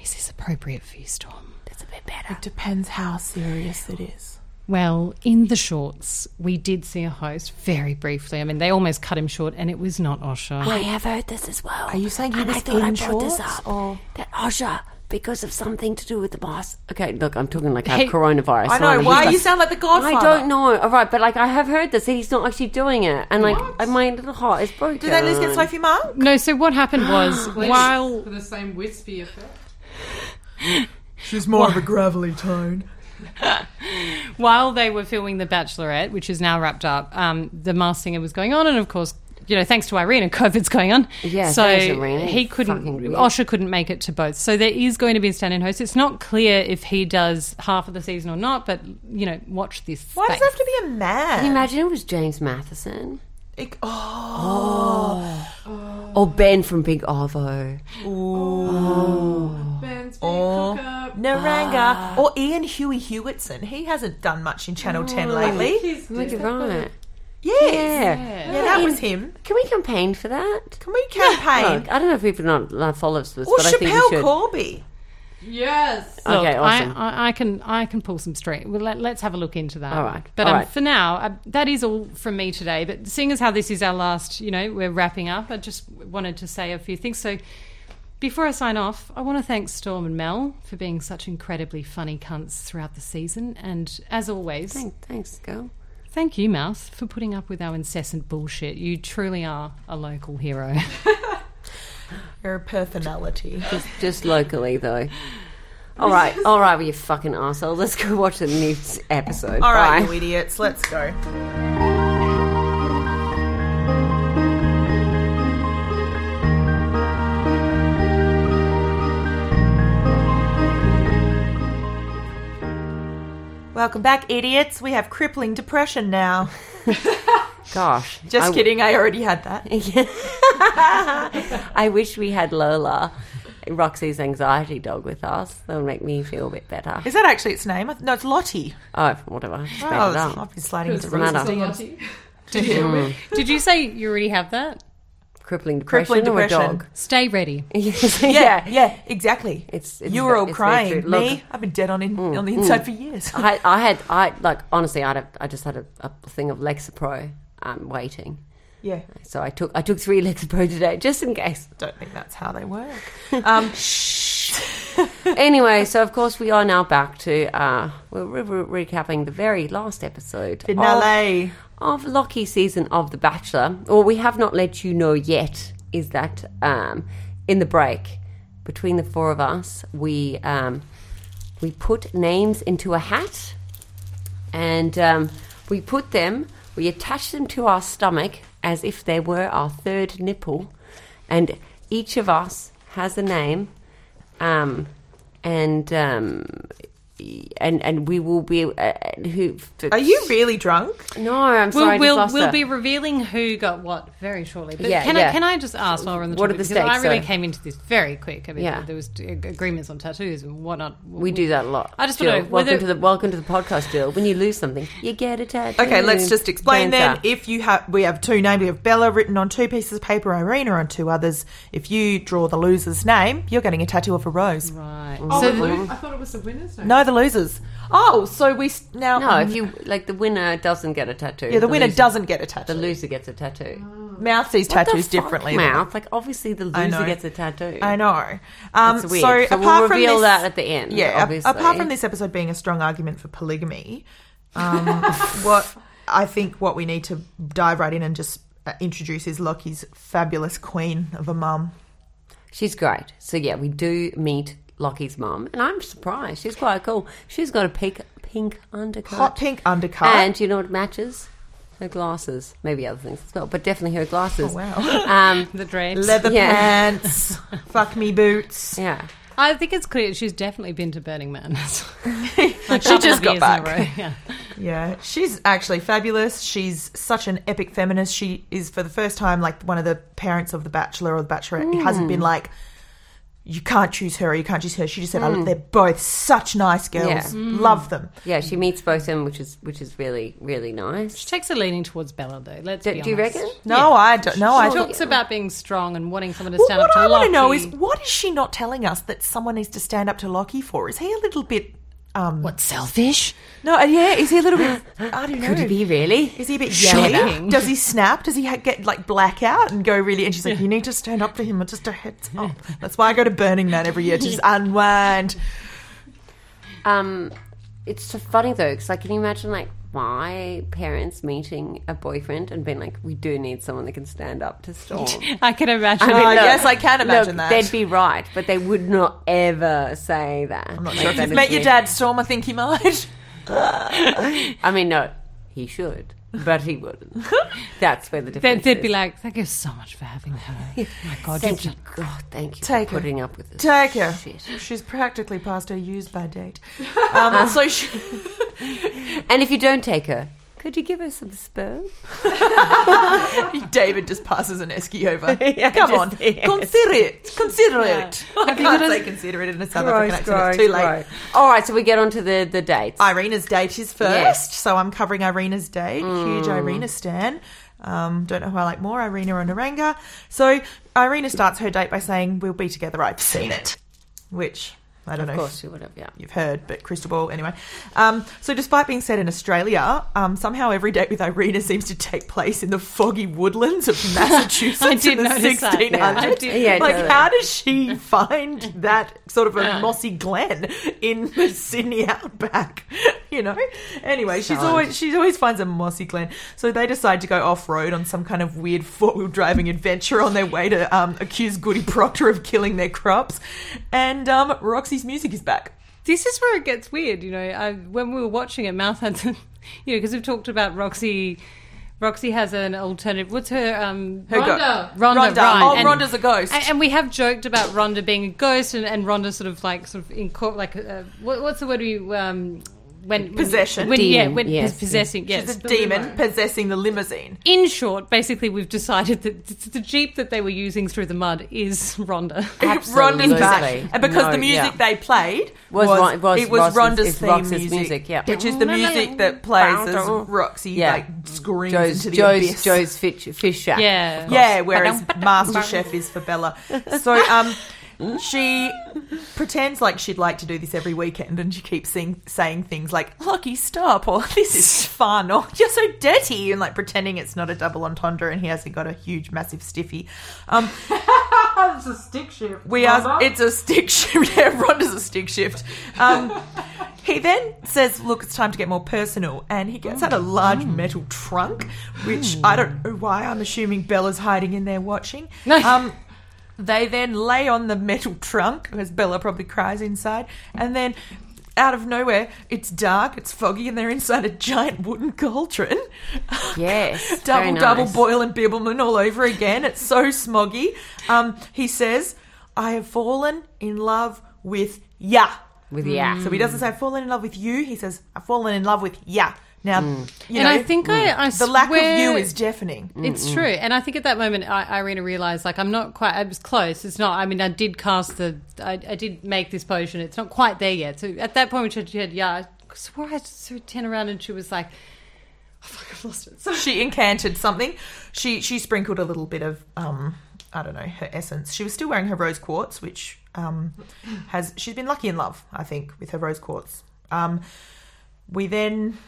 Speaker 3: is this appropriate for you, Storm?
Speaker 1: That's a bit better.
Speaker 2: Depends how serious it is.
Speaker 3: Well, in the shorts, we did see a host very briefly. I mean, they almost cut him short, and it was not Osha.
Speaker 6: I have heard this as well.
Speaker 2: Are you saying he
Speaker 6: and I
Speaker 2: was
Speaker 6: thought I
Speaker 2: in
Speaker 6: brought this
Speaker 2: shorts,
Speaker 6: up
Speaker 2: or-
Speaker 6: that Osha, because of something to do with the boss.
Speaker 1: Okay, look, I'm talking like I
Speaker 3: Hey.
Speaker 1: have coronavirus.
Speaker 2: I know.
Speaker 1: Simon.
Speaker 2: Why
Speaker 1: He's
Speaker 2: you
Speaker 1: like-
Speaker 2: sound like the Godfather?
Speaker 1: I don't know. All right, but like I have heard this that he's not actually doing it, and like my little heart is broken.
Speaker 2: Did they at least get Sophie Mark?
Speaker 3: No, so what happened was while
Speaker 4: For the same wispy effect.
Speaker 2: She's more of a gravelly tone.
Speaker 3: while they were filming The Bachelorette, which is now wrapped up, um, the mass singer was going on, and of course, you know, thanks to Irene, and COVID's going on.
Speaker 1: Yeah,
Speaker 3: so
Speaker 1: thanks, Irene.
Speaker 3: he
Speaker 1: Fucking
Speaker 3: couldn't.
Speaker 1: weird.
Speaker 3: Osha couldn't make it to both, so there is going to be a stand-in host. It's not clear if he does half of the season or not, but you know, watch this.
Speaker 2: Why does
Speaker 3: space.
Speaker 2: it have to be a man?
Speaker 1: Can you imagine it was James Matheson
Speaker 2: It- oh,
Speaker 1: or Ben from Big Arvo?
Speaker 4: Ben's
Speaker 2: Or-
Speaker 1: Oh.
Speaker 4: big cook up.
Speaker 2: Naranga
Speaker 1: Ah.
Speaker 2: or Ian Huey Hewitson. He hasn't done much in Channel
Speaker 1: Oh.
Speaker 2: Ten lately.
Speaker 4: He's
Speaker 1: Look, you're right.
Speaker 2: Yes. Yeah,
Speaker 1: Yeah.
Speaker 2: that was him.
Speaker 1: Can we campaign for that?
Speaker 2: Can we campaign?
Speaker 1: Look, I don't know if people not like, follow us, but
Speaker 2: Or
Speaker 1: I think we
Speaker 2: Chappelle
Speaker 1: should.
Speaker 2: Corby.
Speaker 4: Yes.
Speaker 3: Look,
Speaker 1: Okay, awesome.
Speaker 3: I, I, I can I can pull some straight. Well, let, let's have a look into that.
Speaker 1: All right,
Speaker 3: But
Speaker 1: all
Speaker 3: um,
Speaker 1: right.
Speaker 3: for now, uh, that is all from me today. But seeing as how this is our last, you know, we're wrapping up. I just wanted to say a few things. So before I sign off, I want to thank Storm and Mel for being such incredibly funny cunts throughout the season. And as always, thank,
Speaker 1: Thank- Thanks, girl.
Speaker 3: you, Mouth, for putting up with our incessant bullshit. You truly are a local hero.
Speaker 2: You're a personality.
Speaker 1: Just locally, though. All right, all right, well, you fucking asshole. Let's go watch the new s- episode.
Speaker 2: All right,
Speaker 1: Bye.
Speaker 2: you idiots. Let's go. Welcome back, idiots. We have crippling depression now.
Speaker 1: Gosh,
Speaker 2: Just
Speaker 1: I-
Speaker 2: kidding. I already had that.
Speaker 1: I wish we had Lola, Roxy's anxiety dog, with us. That would make me feel a bit better.
Speaker 2: Is that actually its name? I th- No, it's Lottie.
Speaker 1: Oh, whatever. I just made
Speaker 2: Oh,
Speaker 1: it
Speaker 2: it's-
Speaker 1: up. Mm.
Speaker 2: I've been sliding into
Speaker 1: Doesn't matter.
Speaker 3: Did you say you already have that?
Speaker 1: Crippling depression
Speaker 2: crippling
Speaker 1: or a
Speaker 2: depression.
Speaker 1: dog?
Speaker 3: Stay ready.
Speaker 1: Yes,
Speaker 2: Yeah, yeah, exactly.
Speaker 1: It's- it's
Speaker 2: you were
Speaker 1: ve-
Speaker 2: all
Speaker 1: it's very
Speaker 2: crying.
Speaker 1: true. Look- Mm.
Speaker 2: Me, I've been dead on in, on the inside for years.
Speaker 1: I, I had, I like, honestly, I, had I just had a, a thing of Lexapro um, waiting.
Speaker 2: yeah,
Speaker 1: So I took I took three Lexapro today, just in case.
Speaker 2: don't think that's how they work.
Speaker 1: Oh.
Speaker 2: Um,
Speaker 1: anyway, so of course we are now back to uh, we're re- re- recapping the very last episode
Speaker 2: Finale.
Speaker 1: of, of Lockie season of The Bachelor. Or we have not let you know yet is that um, in the break between the four of us we um, we put names into a hat and um, we put them we attach them to our stomach as if they were our third nipple and each of us has a name um, and um, and and we will be uh, who
Speaker 2: Are you really drunk?
Speaker 1: no, I'm
Speaker 3: We'll,
Speaker 1: sorry. I just
Speaker 3: we'll,
Speaker 1: lost
Speaker 3: we'll
Speaker 1: her.
Speaker 3: be revealing who got what very shortly. But
Speaker 1: Yeah,
Speaker 3: can,
Speaker 1: yeah.
Speaker 3: I, can I just ask while we're on the
Speaker 1: What
Speaker 3: topic?
Speaker 1: are the
Speaker 3: because I
Speaker 1: stakes,
Speaker 3: really
Speaker 1: though?
Speaker 3: came into this very quick. I mean,
Speaker 1: Yeah.
Speaker 3: there was uh, agreements on tattoos and whatnot.
Speaker 1: We do that a lot.
Speaker 3: I just
Speaker 1: Jill,
Speaker 3: wanna know
Speaker 1: welcome
Speaker 3: whether-
Speaker 1: to the welcome to the podcast, Jill. When you lose something, you get a tattoo.
Speaker 2: Okay, let's just explain then.
Speaker 1: Mm. Banter.
Speaker 2: If you have, we have two names. We have Bella written on two pieces of paper, Irina on two others. If you draw the loser's name, you're getting a tattoo of a rose.
Speaker 3: Right.
Speaker 4: Oh,
Speaker 3: so
Speaker 4: the win- I thought it was the winner's name.
Speaker 2: No, the losers. Oh, so we s- now
Speaker 1: no, Oh, if you like, the winner doesn't get a tattoo.
Speaker 2: yeah, the, winner
Speaker 1: loser-
Speaker 2: doesn't get a tattoo.
Speaker 1: The loser gets a tattoo.
Speaker 2: Mouth sees tattoos
Speaker 1: The fuck,
Speaker 2: differently. than-
Speaker 1: Mouth, like obviously the
Speaker 2: I
Speaker 1: loser
Speaker 2: know.
Speaker 1: gets a tattoo.
Speaker 2: I know. Um,
Speaker 1: That's weird.
Speaker 2: So,
Speaker 1: So
Speaker 2: apart
Speaker 1: we'll
Speaker 2: from
Speaker 1: reveal
Speaker 2: this,
Speaker 1: that at the end,
Speaker 2: Yeah. a-
Speaker 1: obviously.
Speaker 2: apart from this episode being a strong argument for polygamy, um, what I think what we need to dive right in and just uh, introduce is Loki's fabulous queen of a mum.
Speaker 1: She's great. So yeah, we do meet Lockie's mum, and I'm surprised. She's quite cool. She's got a pink pink undercoat.
Speaker 2: Hot pink undercut.
Speaker 1: And you know what matches? Her glasses. Maybe other things as well, but definitely her glasses.
Speaker 2: wow.
Speaker 1: Um,
Speaker 3: the drapes.
Speaker 2: Leather
Speaker 1: Yeah.
Speaker 2: pants, fuck me boots.
Speaker 1: yeah.
Speaker 3: I think it's clear she's definitely been to Burning Man.
Speaker 2: She just got back.
Speaker 3: Yeah.
Speaker 2: Yeah, she's actually fabulous. She's such an epic feminist. She is for the first time like one of the parents of the Bachelor or the Bachelorette hasn't been like, you can't choose her or you can't choose her. She just said, I they're both such nice girls.
Speaker 1: Yeah.
Speaker 3: Hmm.
Speaker 2: Love them.
Speaker 1: Yeah, she meets both of them, which is which is really really nice.
Speaker 3: She takes a leaning towards Bella, though. Let's
Speaker 1: Do,
Speaker 3: be
Speaker 1: do you
Speaker 3: honest.
Speaker 1: reckon? Oh,
Speaker 2: No, I don't. No, I
Speaker 3: She
Speaker 2: don't.
Speaker 3: talks about being strong and wanting someone to
Speaker 2: Well,
Speaker 3: stand
Speaker 2: what
Speaker 3: up to
Speaker 2: I want
Speaker 3: Lockie.
Speaker 2: to know is what is she not telling us that someone needs to stand up to Lockie for? Is he a little bit? Um,
Speaker 3: what selfish?
Speaker 2: no, uh, yeah, is he a little bit? I don't know.
Speaker 1: Could it be really?
Speaker 2: Is he a bit
Speaker 3: Shocking.
Speaker 2: yelly? Does he snap? Does he ha- get like blackout and go really? And she's like, "You need to stand up to him. It's just a heads up." That's why I go to Burning Man every year to just unwind. Oh.
Speaker 1: Um, it's so funny though, because like, can you imagine like my parents meeting a boyfriend and being like, "We do need someone that can stand up to Storm."
Speaker 3: I can imagine.
Speaker 1: Oh,
Speaker 2: mean,
Speaker 3: it.
Speaker 2: no. yes, I can imagine that.
Speaker 1: They'd be right, but they would not ever say that. I'm
Speaker 2: Not sure if you've met your dad, Storm. I think he might.
Speaker 1: I mean, no, he should, but he wouldn't. That's where the
Speaker 3: They'd,
Speaker 1: difference
Speaker 3: they'd be
Speaker 1: is.
Speaker 3: like, "Thank you so much for having her." Oh my God,
Speaker 1: "Thank
Speaker 3: you've
Speaker 1: you, God, Oh, thank you
Speaker 2: Take
Speaker 1: for
Speaker 2: her.
Speaker 1: putting up with this."
Speaker 2: Take her.
Speaker 1: Shit.
Speaker 2: She's practically past her used by date. Um, so she,
Speaker 1: And if you don't take her, could you give her some sperm?
Speaker 2: David just passes an esky over.
Speaker 1: Yeah,
Speaker 2: Come
Speaker 1: just-
Speaker 2: on,
Speaker 1: yes.
Speaker 2: consider it. Consider it. I can't say consider it in a South African accent. it's too late.
Speaker 1: All right, so we get on to the, the dates.
Speaker 2: Irina's date is first,
Speaker 1: Yes. Mm.
Speaker 2: so I'm covering Irina's date. Huge Irina stan. Um, don't know who I like more, Irina or Naranga. So Irina starts her date by saying, "We'll be together. I've seen it," which I don't
Speaker 1: of
Speaker 2: know.
Speaker 1: course,
Speaker 2: If
Speaker 1: you would have, yeah.
Speaker 2: you've heard, but crystal ball anyway. Um, so despite being set in Australia, um, somehow every date with Irina seems to take place in the foggy woodlands of Massachusetts
Speaker 3: I did
Speaker 2: in the
Speaker 3: notice that,
Speaker 2: 1600s.
Speaker 3: yeah. I did
Speaker 1: Yeah,
Speaker 2: like,
Speaker 1: totally.
Speaker 2: how does she find that sort of a mossy glen in the Sydney outback? You know. Anyway, she's always she always finds a mossy glen. So they decide to go off road on some kind of weird four wheel driving adventure on their way to um, accuse Goody Proctor of killing their crops. And um, Roxy's music is back.
Speaker 3: this is where it gets weird. You know, I, when we were watching it, Mouth had, to, you know, because we've talked about Roxy. Roxy has an alternative. What's her um?
Speaker 2: Her go-
Speaker 4: Rhonda.
Speaker 3: Rhonda, right.
Speaker 2: Oh,
Speaker 3: And-
Speaker 2: Rhonda's a ghost.
Speaker 3: And, and we have joked about Rhonda being a ghost, and, and Rhonda sort of like sort of incorpor- like uh, what, what's the word we um when
Speaker 2: Possession.
Speaker 3: when, yeah
Speaker 1: Demon,
Speaker 3: when
Speaker 1: yes.
Speaker 3: pos- possessing yes
Speaker 2: She's a demon possessing the limousine.
Speaker 3: in short, basically, we've decided that th- th- the jeep that they were using through the mud is Rhonda.
Speaker 1: Absolutely.
Speaker 2: Rhonda's back. And because
Speaker 1: No,
Speaker 2: the music
Speaker 1: yeah.
Speaker 2: they played was,
Speaker 1: Was Ron- was
Speaker 2: it was
Speaker 1: Ross's-
Speaker 2: Rhonda's
Speaker 1: it's
Speaker 2: theme
Speaker 1: Rox's
Speaker 2: music,
Speaker 1: music, yeah.
Speaker 2: which is the music that plays as Roxy
Speaker 1: Yeah.
Speaker 2: like screams
Speaker 1: Joe's,
Speaker 2: into the
Speaker 1: Joe's,
Speaker 2: abyss.
Speaker 1: Joe's fish, fish shack.
Speaker 3: Yeah.
Speaker 2: yeah, whereas MasterChef is for Bella. So um, she pretends like she'd like to do this every weekend, and she keeps sing- saying things like "Lucky stop" or "This is fun" or "You're so dirty," and like pretending it's not a double entendre, and he hasn't got a huge, massive stiffy. Um,
Speaker 4: It's a stick shift.
Speaker 2: We are. It's a stick shift. Yeah, Rhonda's a stick shift. Um, he then says, "Look, it's time to get more personal," and he gets out a large metal trunk, which I don't know why. I'm assuming Bella's hiding in there watching. Um, they then lay on the metal trunk as Bella probably cries inside, and then. Out of nowhere, it's dark, it's foggy, and they're inside a giant wooden cauldron.
Speaker 1: Yes,
Speaker 2: double,
Speaker 1: very nice.
Speaker 2: double Boyle and Bibbleman all over again. It's so smoggy. Um, he says, I have fallen in love with ya.
Speaker 1: With yeah.
Speaker 2: So he doesn't say, I've fallen in love with you. He says, I've fallen in love with ya. Now,
Speaker 1: Mm.
Speaker 2: you
Speaker 3: and
Speaker 2: know, mm.
Speaker 3: I think I, I
Speaker 2: the lack of
Speaker 3: swear-
Speaker 2: you is deafening.
Speaker 3: It's true, and I think at that moment, I, Irina realized like I'm not quite. I was close. It's not. I mean, I did cast the. I, I did make this potion. It's not quite there yet. So at that point, when she had- she had yeah, I swore I sort of turned around and she was like, oh, "Fuck, I've lost it." So
Speaker 2: She incanted something. She she sprinkled a little bit of um I don't know her essence. She was still wearing her rose quartz, which um has she's been lucky in love, I think, with her rose quartz. Um, we then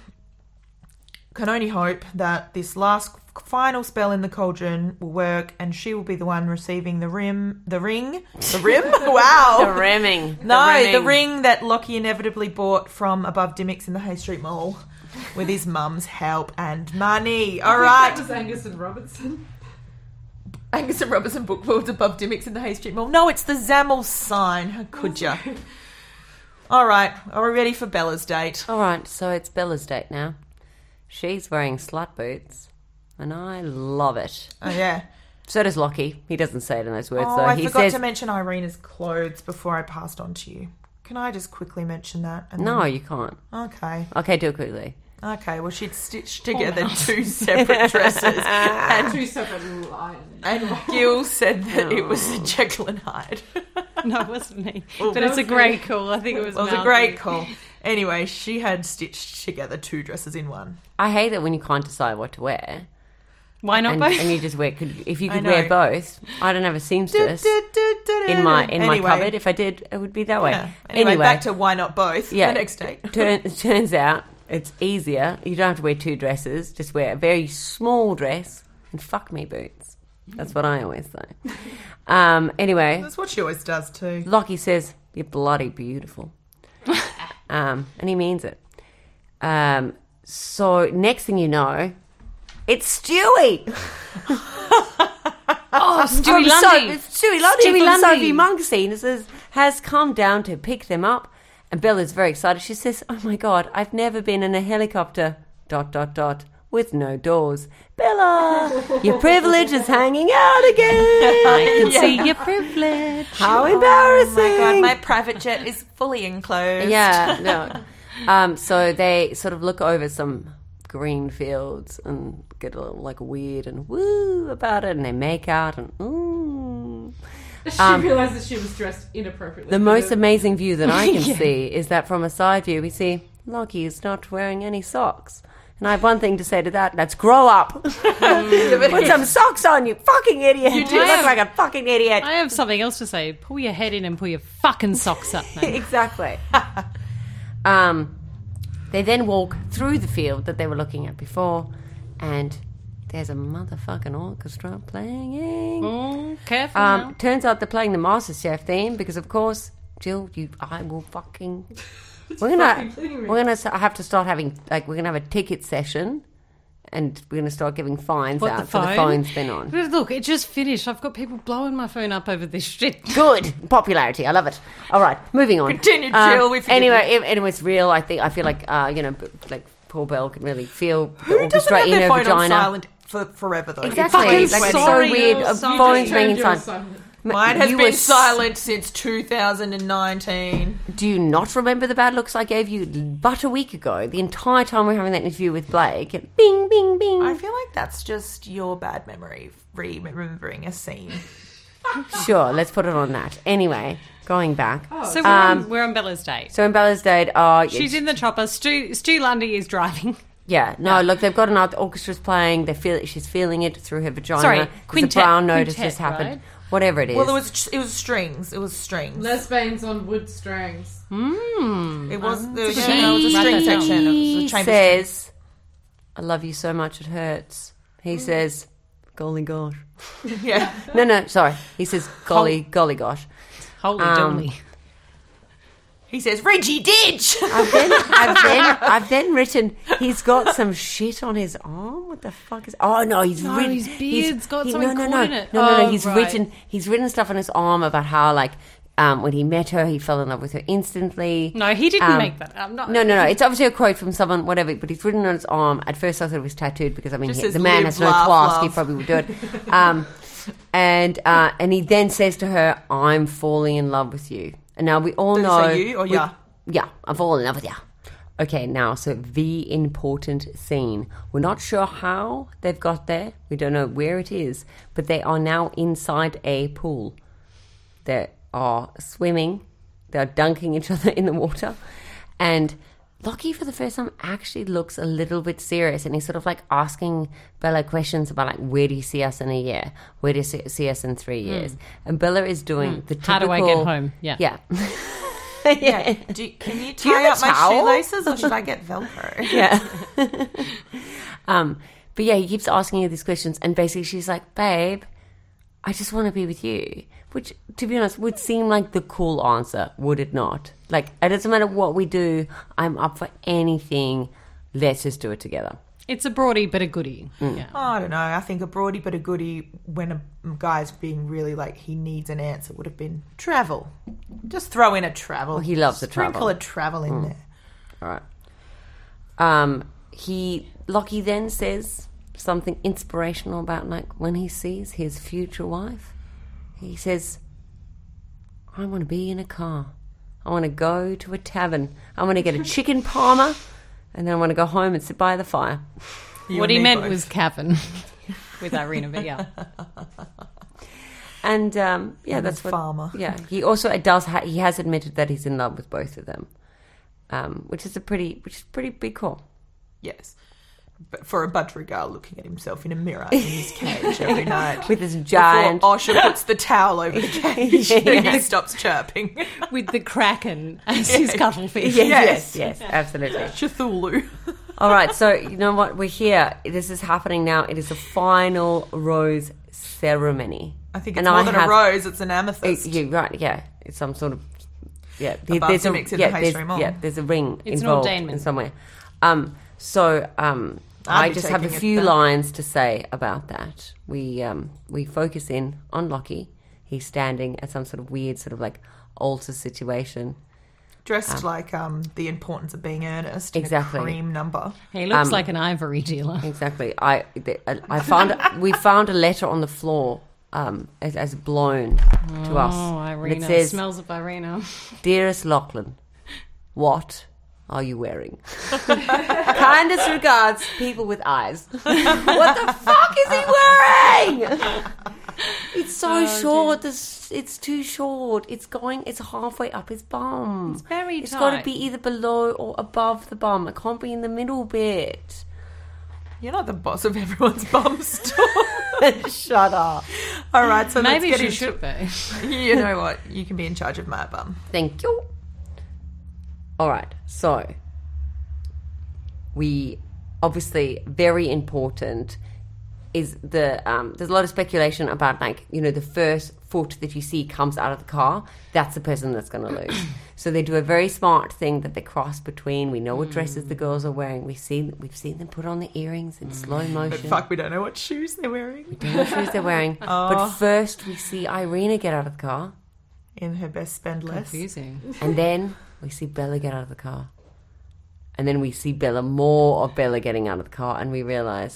Speaker 2: can only hope that this last final spell in the cauldron will work, and she will be the one receiving the rim, the ring, the rim. wow,
Speaker 1: Oh. The ramming.
Speaker 2: no, the,
Speaker 1: ramming.
Speaker 2: ring that Lockie inevitably bought from above Dimmicks in the Hay Street Mall with his mum's help and money. All
Speaker 4: That
Speaker 2: right.
Speaker 4: was Angus and Robertson.
Speaker 2: Angus and Robertson book worlds above Dimmicks in the Hay Street Mall. No, it's the Zamel sign. How could you? All right. Are we ready for Bella's date?
Speaker 1: All right, so it's Bella's date now. She's wearing slut boots, and I love it.
Speaker 2: Oh, yeah.
Speaker 1: So does Lockie. He doesn't say it in those words,
Speaker 2: Oh,
Speaker 1: though.
Speaker 2: I
Speaker 1: he
Speaker 2: forgot
Speaker 1: says,
Speaker 2: to mention Irina's clothes before I passed on to you. Can I just quickly mention that? And
Speaker 1: No, you can't.
Speaker 2: then- Okay.
Speaker 1: Okay, do it quickly.
Speaker 2: Okay. Well, she'd stitched together two separate dresses, and
Speaker 4: Two separate lions.
Speaker 2: and Gil said that it was a Jekyll and Hyde.
Speaker 3: No, it wasn't me. but it's a great call. I think it was.
Speaker 2: Well, it was a
Speaker 3: Malcolm.
Speaker 2: great call. Anyway, she had stitched together two dresses in one.
Speaker 1: I hate it when you can't decide what to wear.
Speaker 3: Why not
Speaker 1: And,
Speaker 3: both?
Speaker 1: and you just wear, could, if you
Speaker 2: I
Speaker 1: could
Speaker 2: know.
Speaker 1: wear both, I don't have a seamstress in my in my
Speaker 2: Anyway.
Speaker 1: cupboard. If I did, it would be that way.
Speaker 2: Yeah. Anyway, back to why not both?
Speaker 1: yeah,
Speaker 2: The next date.
Speaker 1: turn, turns out it's easier. You don't have to wear two dresses. Just wear a very small dress and fuck me boots. That's what I always say. Um, anyway,
Speaker 2: That's what she always does too.
Speaker 1: Lockie says, You're bloody beautiful. um, and he means it. Um, so, next thing you know, it's Stewie.
Speaker 3: oh,
Speaker 1: From
Speaker 3: Stewie
Speaker 1: so-
Speaker 3: Lundy.
Speaker 1: it's Stewie Lundy
Speaker 3: Stewie
Speaker 1: from
Speaker 3: Lundy.
Speaker 1: Sophie Monk scene says, has come down to pick them up. And Bella's very excited. She says, Oh my God, I've never been in a helicopter. Dot, dot, dot. With no doors. Bella, your privilege is hanging out again.
Speaker 3: can see your privilege.
Speaker 2: Oh
Speaker 1: How embarrassing.
Speaker 2: private jet is fully enclosed.
Speaker 1: Yeah, no. um, so they sort of look over some green fields and get a little like weird and woo about it, and they make out and mm. ooh.
Speaker 4: She realised that she was dressed inappropriately.
Speaker 1: The most amazing view that I can see is that from a side view, we see Lockie is not wearing any socks. And I have one thing to say to that, and that's grow up. Put some socks on, you fucking idiot. You, look like a fucking idiot.
Speaker 3: I have something else to say. Pull your head in and pull your fucking socks up, mate.
Speaker 1: exactly. um, they then walk through the field that they were looking at before, and there's a motherfucking orchestra playing.
Speaker 3: Mm, careful
Speaker 1: Um,
Speaker 3: now.
Speaker 1: turns out they're playing the MasterChef theme because, of course, Jill, you, I will fucking. We're gonna,
Speaker 4: kidding me.
Speaker 1: we're gonna s- have to start having like we're gonna have a ticket session, and we're gonna start giving fines
Speaker 3: What,
Speaker 1: out
Speaker 3: the
Speaker 1: for the
Speaker 3: phone?
Speaker 1: phones been on.
Speaker 3: But Look, it just finished. I've got people blowing my phone up over this shit.
Speaker 1: Good popularity, I love it. All right, moving on.
Speaker 2: Continue, Jill, we forgive
Speaker 1: Um, anyway, it, anyway, it's real. I think I feel like uh, you know, b- like poor Belle can really feel the
Speaker 2: Who doesn't
Speaker 1: orchestra
Speaker 2: have
Speaker 1: in
Speaker 2: their
Speaker 1: her
Speaker 2: phone on
Speaker 1: vagina.
Speaker 2: silent for forever though?
Speaker 1: Exactly,
Speaker 3: Fucking
Speaker 1: like it's so
Speaker 3: sorry,
Speaker 1: weird.
Speaker 3: Jill,
Speaker 1: A
Speaker 3: sorry.
Speaker 4: You
Speaker 1: phone's
Speaker 4: just
Speaker 1: ringing
Speaker 4: turned yours
Speaker 1: silent.
Speaker 4: silent.
Speaker 2: Mine has
Speaker 1: You
Speaker 2: been
Speaker 1: were
Speaker 2: silent since 2019.
Speaker 1: Do you not remember the bad looks I gave you but a week ago? The entire time we are having that interview with Blake, and bing, bing, bing.
Speaker 2: I feel like that's just your bad memory remembering a scene.
Speaker 1: Sure, let's put it on that. Anyway, going back.
Speaker 3: So we're, on, we're on Bella's date.
Speaker 1: So in Bella's date, uh,
Speaker 3: She's in the chopper. Stu, Stu Lundy is driving.
Speaker 1: yeah, no, look, they've got an art- orchestra's playing. They feel she's feeling it through her vagina.
Speaker 3: Sorry,
Speaker 1: 'cause
Speaker 3: quintet-
Speaker 1: The brown note has
Speaker 3: quintet,
Speaker 1: just happened.
Speaker 3: right?
Speaker 1: Whatever it is.
Speaker 2: well, it was it was strings. It was strings.
Speaker 4: Lesbians on wood strings.
Speaker 2: It was the
Speaker 3: good
Speaker 2: yeah, it was a
Speaker 3: shout.
Speaker 2: string
Speaker 3: Write that down.
Speaker 2: section. It was
Speaker 1: he
Speaker 2: a chamber string.
Speaker 1: says, "I love you so much it hurts." He says, "Golly gosh."
Speaker 2: Yeah.
Speaker 1: No, no, sorry. He says, "Golly, golly gosh."
Speaker 3: Holy
Speaker 1: Um,
Speaker 3: dolly.
Speaker 2: He says, Reggie Didge!
Speaker 1: I've then, I've then, I've then written. He's got some shit on his arm. What the fuck is? Oh no, he's
Speaker 3: No,
Speaker 1: written.
Speaker 3: his beard's got something
Speaker 1: no, no,
Speaker 3: caught
Speaker 1: no,
Speaker 3: in it.
Speaker 1: No, no, no.
Speaker 3: Oh,
Speaker 1: He's
Speaker 3: right.
Speaker 1: written. He's written stuff on his arm about how like. Um, when he met her, he fell in love with her instantly.
Speaker 3: No, he didn't make that up. Not-
Speaker 1: um, no, no, no. It's obviously a quote from someone, whatever. But he's written on his arm. At first, I thought it was tattooed because I mean,
Speaker 2: Just
Speaker 1: he-
Speaker 2: says,
Speaker 1: the man
Speaker 2: "Live,
Speaker 1: has no
Speaker 2: laugh,
Speaker 1: class. He
Speaker 2: love.
Speaker 1: probably would do it. Um, and uh, and he then says to her, "I'm falling in love with you." And now we all
Speaker 2: Did he
Speaker 1: know
Speaker 2: say you or
Speaker 1: we-
Speaker 2: yeah?
Speaker 1: yeah, I'm falling in love with you. Okay, now, so the important scene. We're not sure how they've got there. We don't know where it is, but they are now inside a pool. They are swimming, they're dunking each other in the water. And Lockie, for the first time, actually looks a little bit serious and he's sort of like asking Bella questions about, like, where do you see us in a year? Where do you see- see us in three years? And Bella is doing the typical.
Speaker 3: Hmm. How do I get home? Yeah.
Speaker 1: Yeah.
Speaker 2: Yeah. Do you, can you
Speaker 1: you
Speaker 2: tie
Speaker 1: have
Speaker 2: up
Speaker 1: a
Speaker 2: my
Speaker 1: towel?
Speaker 2: shoelaces or should I get Velcro?
Speaker 1: yeah. um, but yeah, he keeps asking her these questions, and basically she's like, "Babe, I just want to be with you," which, to be honest, would seem like the cool answer, would it not? Like, it doesn't matter what we do. I'm up for anything. Let's just do it together.
Speaker 3: It's a broadie, but a goodie.
Speaker 1: Mm.
Speaker 3: Yeah.
Speaker 2: Oh, I don't know. I think a broadie but a goodie when a guy's being really like he needs an answer would have been travel. Just throw in a travel.
Speaker 1: he loves the travel. Mm.
Speaker 2: Sprinkle a travel in there.
Speaker 1: All right. Um, he Lockie then says, something inspirational about like when he sees his future wife. He says, I want to be in a car. I want to go to a tavern. I want to get a chicken parma. And then I want to go home and sit by the fire.
Speaker 3: what he
Speaker 2: and me
Speaker 3: meant
Speaker 2: both.
Speaker 3: was Cavan with Irina, but yeah.
Speaker 1: And um, yeah, that's what.
Speaker 2: farmer.
Speaker 1: Yeah, he also does. Ha- he has admitted that he's in love with both of them, um, which is a pretty, which is a pretty big call.
Speaker 2: Yes. But for a budgerigar looking at himself in a mirror in his cage every night.
Speaker 1: With his
Speaker 2: Before
Speaker 1: giant
Speaker 2: Osha puts the towel over the cage and he stops chirping.
Speaker 3: With the Kraken as his cuttlefish.
Speaker 2: Yes.
Speaker 1: yes, yes, absolutely.
Speaker 2: Cthulhu.
Speaker 1: All right, so you know what? We're here. This is happening now. It is the final rose ceremony.
Speaker 2: I think it's more than a rose, it's an amethyst.
Speaker 1: It, you right? Yeah, it's some sort of yeah. there-
Speaker 2: balsamic in the
Speaker 1: there's,
Speaker 2: pastry malt.
Speaker 1: yeah, there's a ring
Speaker 3: It's an
Speaker 1: involved
Speaker 3: ordainment.
Speaker 1: in somewhere. Um, so um,
Speaker 2: I'd
Speaker 1: I
Speaker 2: be
Speaker 1: just have a
Speaker 2: taking it
Speaker 1: few
Speaker 2: back.
Speaker 1: lines to say about that. We um, we focus in on Lockie. He's standing at some sort of weird, sort of like altar situation.
Speaker 2: Dressed like um, the importance of being earnest. in a
Speaker 1: Exactly.
Speaker 2: cream number.
Speaker 3: He looks
Speaker 1: Um,
Speaker 3: like an ivory dealer.
Speaker 1: Exactly. I th- I I found we found a letter on the floor um, as, as blown to us.
Speaker 3: Oh,
Speaker 1: And
Speaker 3: Irina.
Speaker 1: it says,
Speaker 3: Smells of Irina.
Speaker 1: "Dearest Lachlan, what are you wearing? Kindest regards, people with eyes. what the fuck is he wearing? It's
Speaker 3: Oh,
Speaker 1: so short. This it's too short. It's going. It's halfway up his bum. It's
Speaker 3: very
Speaker 1: It's got to
Speaker 3: tight.
Speaker 1: be either below or above the bum. It can't be in the middle bit.
Speaker 2: You're not the boss of everyone's bum store.
Speaker 1: Shut up.
Speaker 2: All right, so
Speaker 3: Maybe
Speaker 2: let's
Speaker 3: she
Speaker 2: get
Speaker 3: should be.
Speaker 2: into, You know what? You can be in charge of my bum.
Speaker 1: Thank you. All right. So we obviously very important is the um, there's a lot of speculation about like you know the first foot that you see comes out of the car that's the person that's going to lose so they do a very smart thing that they cross between we know what dresses the girls are wearing we've seen we've seen them put on the earrings in slow
Speaker 2: But
Speaker 1: motion
Speaker 2: fuck, we don't know what shoes they're wearing.
Speaker 1: what shoes they're wearing but first we see Irina get out of the car
Speaker 2: In her best spend less.
Speaker 3: Confusing.
Speaker 1: And then we see Bella get out of the car. And then we see Bella, more of Bella getting out of the car, and we realize,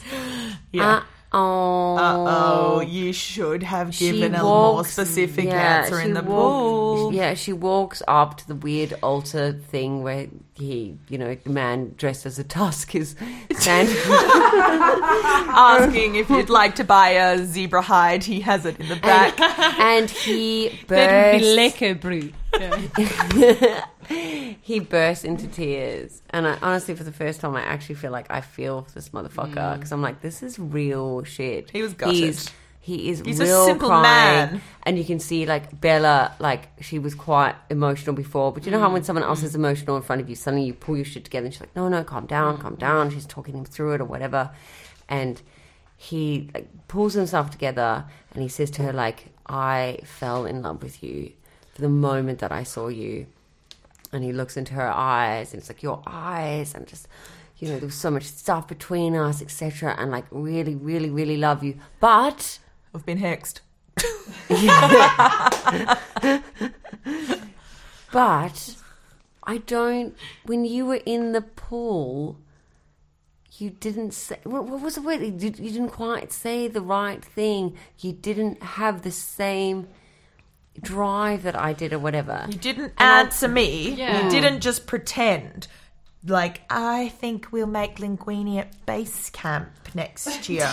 Speaker 2: Yeah.
Speaker 1: uh oh.
Speaker 2: Oh, you should have given a more specific answer in the pool.
Speaker 1: Yeah, she walks up to the weird altar thing where he, you know, the man dressed as a tusk is standing.
Speaker 2: Asking if you'd like to buy a zebra hide, he has it in the back.
Speaker 1: and he
Speaker 3: That would be
Speaker 1: bursts,
Speaker 3: lekker brute.
Speaker 1: he bursts into tears. And I, honestly, for the first time, I actually feel like I feel for this motherfucker because I'm like, this is real shit.
Speaker 2: Mm. He was gutted.
Speaker 1: He's, he is
Speaker 2: He's a
Speaker 1: real
Speaker 2: simple
Speaker 1: crying.
Speaker 2: man.
Speaker 1: And you can see like Bella, like she was quite emotional before, but you know how
Speaker 2: Mm.
Speaker 1: when someone else is emotional in front of you, suddenly you pull your shit together and she's like, no, no, calm
Speaker 2: Mm.
Speaker 1: down, calm down. She's talking him through it or whatever. And he like, pulls himself together and he says to her like, I fell in love with you for the moment that I saw you and he looks into her eyes and it's like your eyes and just you know there was so much stuff between us etc and like really really really love you but
Speaker 2: I've been hexed.
Speaker 1: but i don't when you were in the pool you didn't say what, what was the word you, did- you didn't quite say the right thing you didn't have the same drive that i did or whatever
Speaker 2: You didn't answer me. You didn't just pretend. Like, I think we'll make linguini at base camp next year.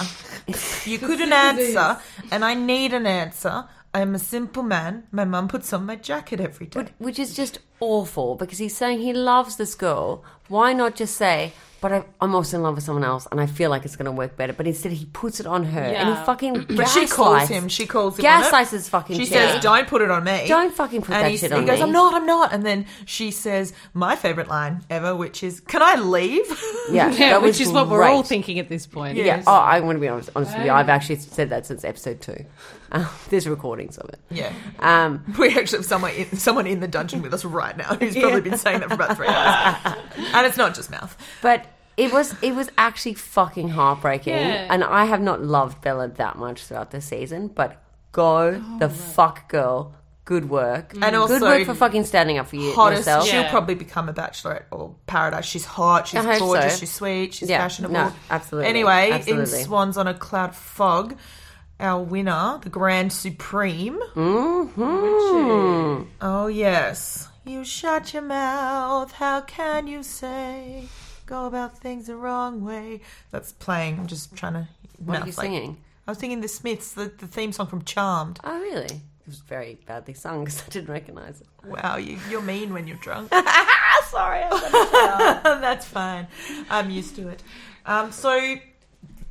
Speaker 2: you couldn't answer, and I need an answer. I'm a simple man. My mum puts on my jacket every day.
Speaker 1: which is just awful because he's saying he loves this girl. Why not just say, but I, I'm also in love with someone else and I feel like it's going to work better? But instead, he puts it on her and he
Speaker 3: Yeah.
Speaker 1: fucking
Speaker 2: But she
Speaker 1: gaslights-
Speaker 2: calls him. She calls him. on it.
Speaker 1: Gaslights his fucking
Speaker 2: She
Speaker 1: chair.
Speaker 2: says, "Don't put it on me.
Speaker 1: Don't fucking put
Speaker 2: and
Speaker 1: that
Speaker 2: he,
Speaker 1: shit
Speaker 2: he
Speaker 1: on
Speaker 2: goes,
Speaker 1: me.
Speaker 2: "I'm not. I'm not." And then she says, "My favorite line ever, which is, can I leave?"
Speaker 1: Yeah,
Speaker 3: Yeah,
Speaker 1: that was
Speaker 3: which is what we're all
Speaker 1: great.
Speaker 3: thinking Um, at this point.
Speaker 1: Yeah. Oh, I'm going to be honest, honest with you. I've actually said that since episode two. Uh, there's recordings of it.
Speaker 2: yeah,
Speaker 1: Um,
Speaker 2: we actually have someone in, someone in the dungeon with us right now who's probably been saying that for about three hours, and it's not just mouth.
Speaker 1: But it was it was actually fucking heartbreaking,
Speaker 3: Yeah.
Speaker 1: and I have not loved Bella that much throughout the season. But go the fuck, girl,
Speaker 6: Good work.
Speaker 2: And also-
Speaker 6: good work for fucking standing up for you,
Speaker 2: Hottest.
Speaker 6: yourself.
Speaker 2: She'll
Speaker 3: Yeah.
Speaker 2: probably become a bachelorette or paradise. She's hot. She's
Speaker 6: I hope
Speaker 2: gorgeous.
Speaker 6: so.
Speaker 2: She's sweet. She's
Speaker 6: Yeah,
Speaker 2: fashionable.
Speaker 6: no, absolutely,
Speaker 2: Anyway,
Speaker 6: absolutely.
Speaker 2: in Swans on a Cloud Fog, our winner, the Grand Supreme.
Speaker 6: Mhm.
Speaker 2: Oh yes. You shut your mouth. How can you say go about things the wrong way? That's playing. I'm just trying to.
Speaker 6: What
Speaker 2: no,
Speaker 6: are you
Speaker 2: like-
Speaker 6: singing?
Speaker 2: I was singing the Smiths, the, the theme song from Charmed.
Speaker 6: Oh, really? It was very badly sung because I didn't recognise it.
Speaker 2: Wow, you, you're mean when you're drunk. Sorry, that's fine. I'm used to it. Um, so,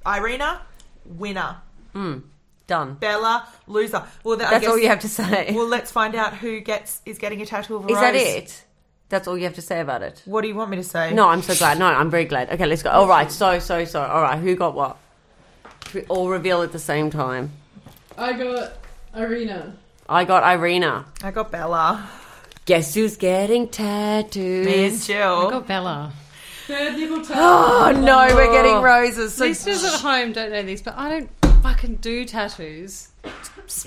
Speaker 2: Irina, winner.
Speaker 6: Hmm, Done.
Speaker 2: Bella, loser. Well, that, I
Speaker 6: That's
Speaker 2: guess-
Speaker 6: all you have to say.
Speaker 2: Well, let's find out who gets is getting a tattoo of a
Speaker 6: Is that
Speaker 2: rose.
Speaker 6: it? That's all you have to say about it.
Speaker 2: What do you want me to say?
Speaker 6: No, I'm so glad. No, I'm very glad. Okay, let's go. All right, so so so. All right, who got what? We all reveal at the same time.
Speaker 7: I got Arena.
Speaker 6: I got Irina.
Speaker 2: I got Bella.
Speaker 6: Guess who's getting
Speaker 2: Me
Speaker 6: tattoos?
Speaker 2: and Jill.
Speaker 3: Got Bella.
Speaker 7: Third nibble
Speaker 6: Oh no, we're getting roses. So
Speaker 3: Listeners at home don't know this, but I don't fucking do tattoos.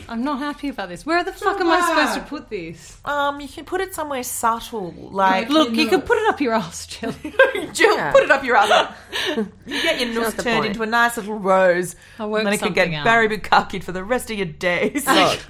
Speaker 3: I'm not happy about this. Where the fuck am I supposed to put this?
Speaker 2: um, you can put it somewhere subtle, like
Speaker 3: Look, you can put it up your ass, Jill.
Speaker 2: Jill,
Speaker 6: Yeah.
Speaker 2: put it up your ass. you get your noose
Speaker 6: That's the
Speaker 2: turned
Speaker 6: point.
Speaker 2: into a nice little rose.
Speaker 3: I'll work
Speaker 2: and then it can get
Speaker 3: something out.
Speaker 2: Barry Bukakied for the rest of your days.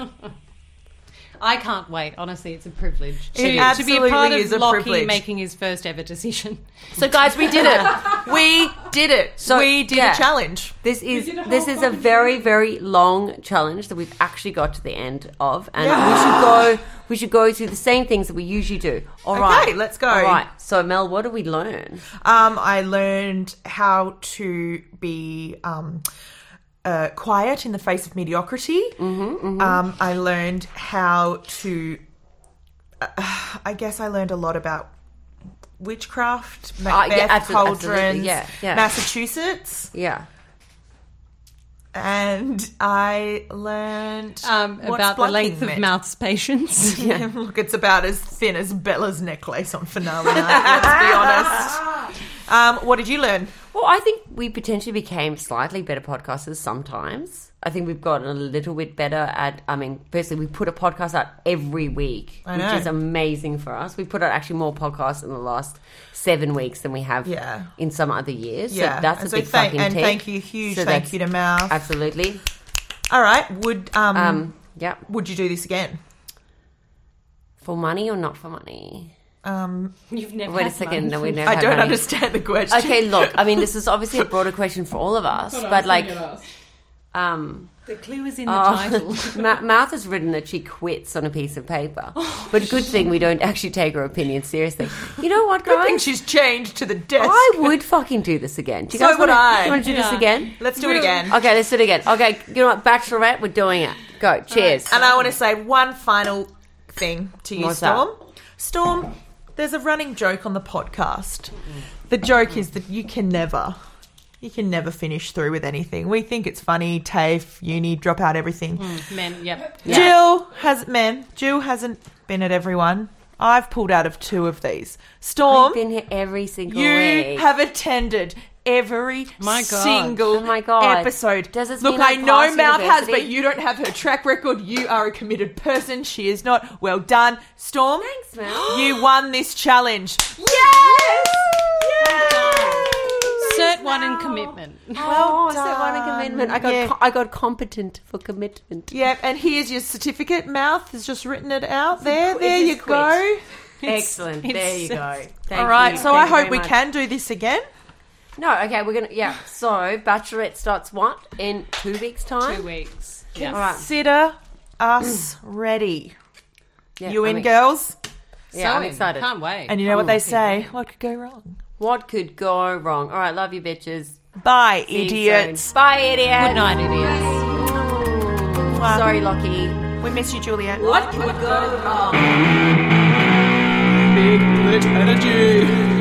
Speaker 3: I can't wait. Honestly, it's a privilege to,
Speaker 2: It
Speaker 3: to be a part
Speaker 2: absolutely
Speaker 3: of
Speaker 2: is a
Speaker 3: Lockie
Speaker 2: privilege.
Speaker 3: making his first ever decision.
Speaker 6: so guys, we did it. We did it. So
Speaker 2: we did
Speaker 6: yeah.
Speaker 2: a challenge.
Speaker 6: This is
Speaker 7: did a whole
Speaker 6: this is a
Speaker 7: fucking
Speaker 6: very very long challenge that we've actually got to the end of, and we should go we should go through the same things that we usually do. All
Speaker 2: Okay,
Speaker 6: right,
Speaker 2: let's go.
Speaker 6: All right. So Mel, what do we learn?
Speaker 2: Um, I learned how to be um, uh, quiet in the face of mediocrity.
Speaker 6: Mm-hmm,
Speaker 2: Um, I learned how to. Uh, I guess I learned a lot about witchcraft, Macbeth,
Speaker 6: abso- Uh, absolutely,
Speaker 2: cauldrons,
Speaker 6: yeah, yeah.
Speaker 2: Massachusetts,
Speaker 6: Yeah.
Speaker 2: and I learned
Speaker 3: Um,
Speaker 2: what
Speaker 3: about the
Speaker 2: splunking
Speaker 3: length of
Speaker 2: meant.
Speaker 3: mouth's patience.
Speaker 2: Look, it's about as thin as Bella's necklace on finale night. let's be honest. Um, what did you learn?
Speaker 6: Well, I think we potentially became slightly better podcasters sometimes. I think we've gotten a little bit better at. I mean, personally, we put a podcast out every week,
Speaker 2: I know.
Speaker 6: which is amazing for us. We put out actually more podcasts in the last seven weeks than we have
Speaker 2: Yeah.
Speaker 6: in some other years.
Speaker 2: Yeah,
Speaker 6: so that's
Speaker 2: and
Speaker 6: a
Speaker 2: so
Speaker 6: big
Speaker 2: thank-
Speaker 6: fucking
Speaker 2: and
Speaker 6: tick.
Speaker 2: thank you, huge
Speaker 6: So
Speaker 2: thank
Speaker 6: that's-
Speaker 2: you to Mouth.
Speaker 6: Absolutely.
Speaker 2: All right, would um,
Speaker 6: Um. Yeah.
Speaker 2: would you do this again?
Speaker 6: For money or not for money?
Speaker 2: Um,
Speaker 3: You've never
Speaker 6: Wait a
Speaker 3: had
Speaker 6: second.
Speaker 3: mine.
Speaker 6: No, we never.
Speaker 2: I
Speaker 6: had
Speaker 2: don't
Speaker 6: money.
Speaker 2: understand the question.
Speaker 6: Okay, look. I mean, this is obviously a broader question for all of us, but like, um,
Speaker 3: The clue is in the
Speaker 6: Oh.
Speaker 3: title.
Speaker 6: Ma- Mouth has written that she quits on a piece of paper. But good thing we don't actually take her opinion seriously. You know what,
Speaker 2: I think
Speaker 6: guys?
Speaker 2: she's changed to the desk.
Speaker 6: I would fucking do this again. Do you
Speaker 2: So
Speaker 6: guys
Speaker 2: would
Speaker 6: wanna,
Speaker 2: I.
Speaker 6: You want to do this
Speaker 3: Yeah.
Speaker 6: again?
Speaker 2: Let's do it again.
Speaker 6: Okay, let's do it again. Okay, you know what? Bachelorette, we're doing it. Go. Cheers.
Speaker 2: And I want to say one final thing to you,
Speaker 6: What's that?
Speaker 2: Storm. Storm, there's a running joke on the podcast. The joke is that you can never, you can never finish through with anything. We think it's funny, TAFE, uni, drop out, everything.
Speaker 6: Hmm.
Speaker 3: Men, yep.
Speaker 2: Jill has men. Jill hasn't been at everyone. I've pulled out of two of these. Storm,
Speaker 6: I've been here every single
Speaker 2: you
Speaker 6: week.
Speaker 2: have attended every
Speaker 3: My God.
Speaker 2: single
Speaker 6: Oh my God.
Speaker 2: episode.
Speaker 6: Does this
Speaker 2: Look,
Speaker 6: mean
Speaker 2: I
Speaker 6: I
Speaker 2: know
Speaker 6: passed
Speaker 2: Mouth has,
Speaker 6: university?
Speaker 2: but you don't have her track record. You are a committed person. She is not. Well done, Storm.
Speaker 6: Thanks, Mel.
Speaker 2: You won this challenge. Yes.
Speaker 3: Cert one in commitment.
Speaker 2: Well
Speaker 6: Oh, so what a
Speaker 2: done.
Speaker 6: commitment. I got,
Speaker 2: Yeah.
Speaker 6: co- I got competent for commitment.
Speaker 2: Yep, and here's your certificate. Mouth has just written it out there. There
Speaker 6: it's a
Speaker 2: you
Speaker 6: quiz.
Speaker 2: go.
Speaker 6: Excellent. there you go. Thank
Speaker 2: All right,
Speaker 6: you.
Speaker 2: so I
Speaker 6: Thank you
Speaker 2: hope
Speaker 6: very
Speaker 2: we
Speaker 6: much.
Speaker 2: can do this again.
Speaker 6: No, okay, we're gonna yeah. So Bachelorette starts what in two weeks' time.
Speaker 3: Two weeks.
Speaker 6: All
Speaker 3: Yeah.
Speaker 6: right,
Speaker 2: Consider us ready.
Speaker 6: yeah,
Speaker 2: you in,
Speaker 6: I'm ex-
Speaker 2: girls?
Speaker 6: Yeah, I'm
Speaker 3: Sewing.
Speaker 6: excited.
Speaker 3: Can't wait.
Speaker 2: And you know what they say? What could go wrong?
Speaker 6: What could go wrong? All right, love you, bitches.
Speaker 2: Bye,
Speaker 6: See you
Speaker 2: idiots.
Speaker 6: soon. Bye, idiot.
Speaker 3: Good night, idiots.
Speaker 6: Sorry, Lockie.
Speaker 2: We miss you, Juliet.
Speaker 8: What could go wrong? Big Brit Energy.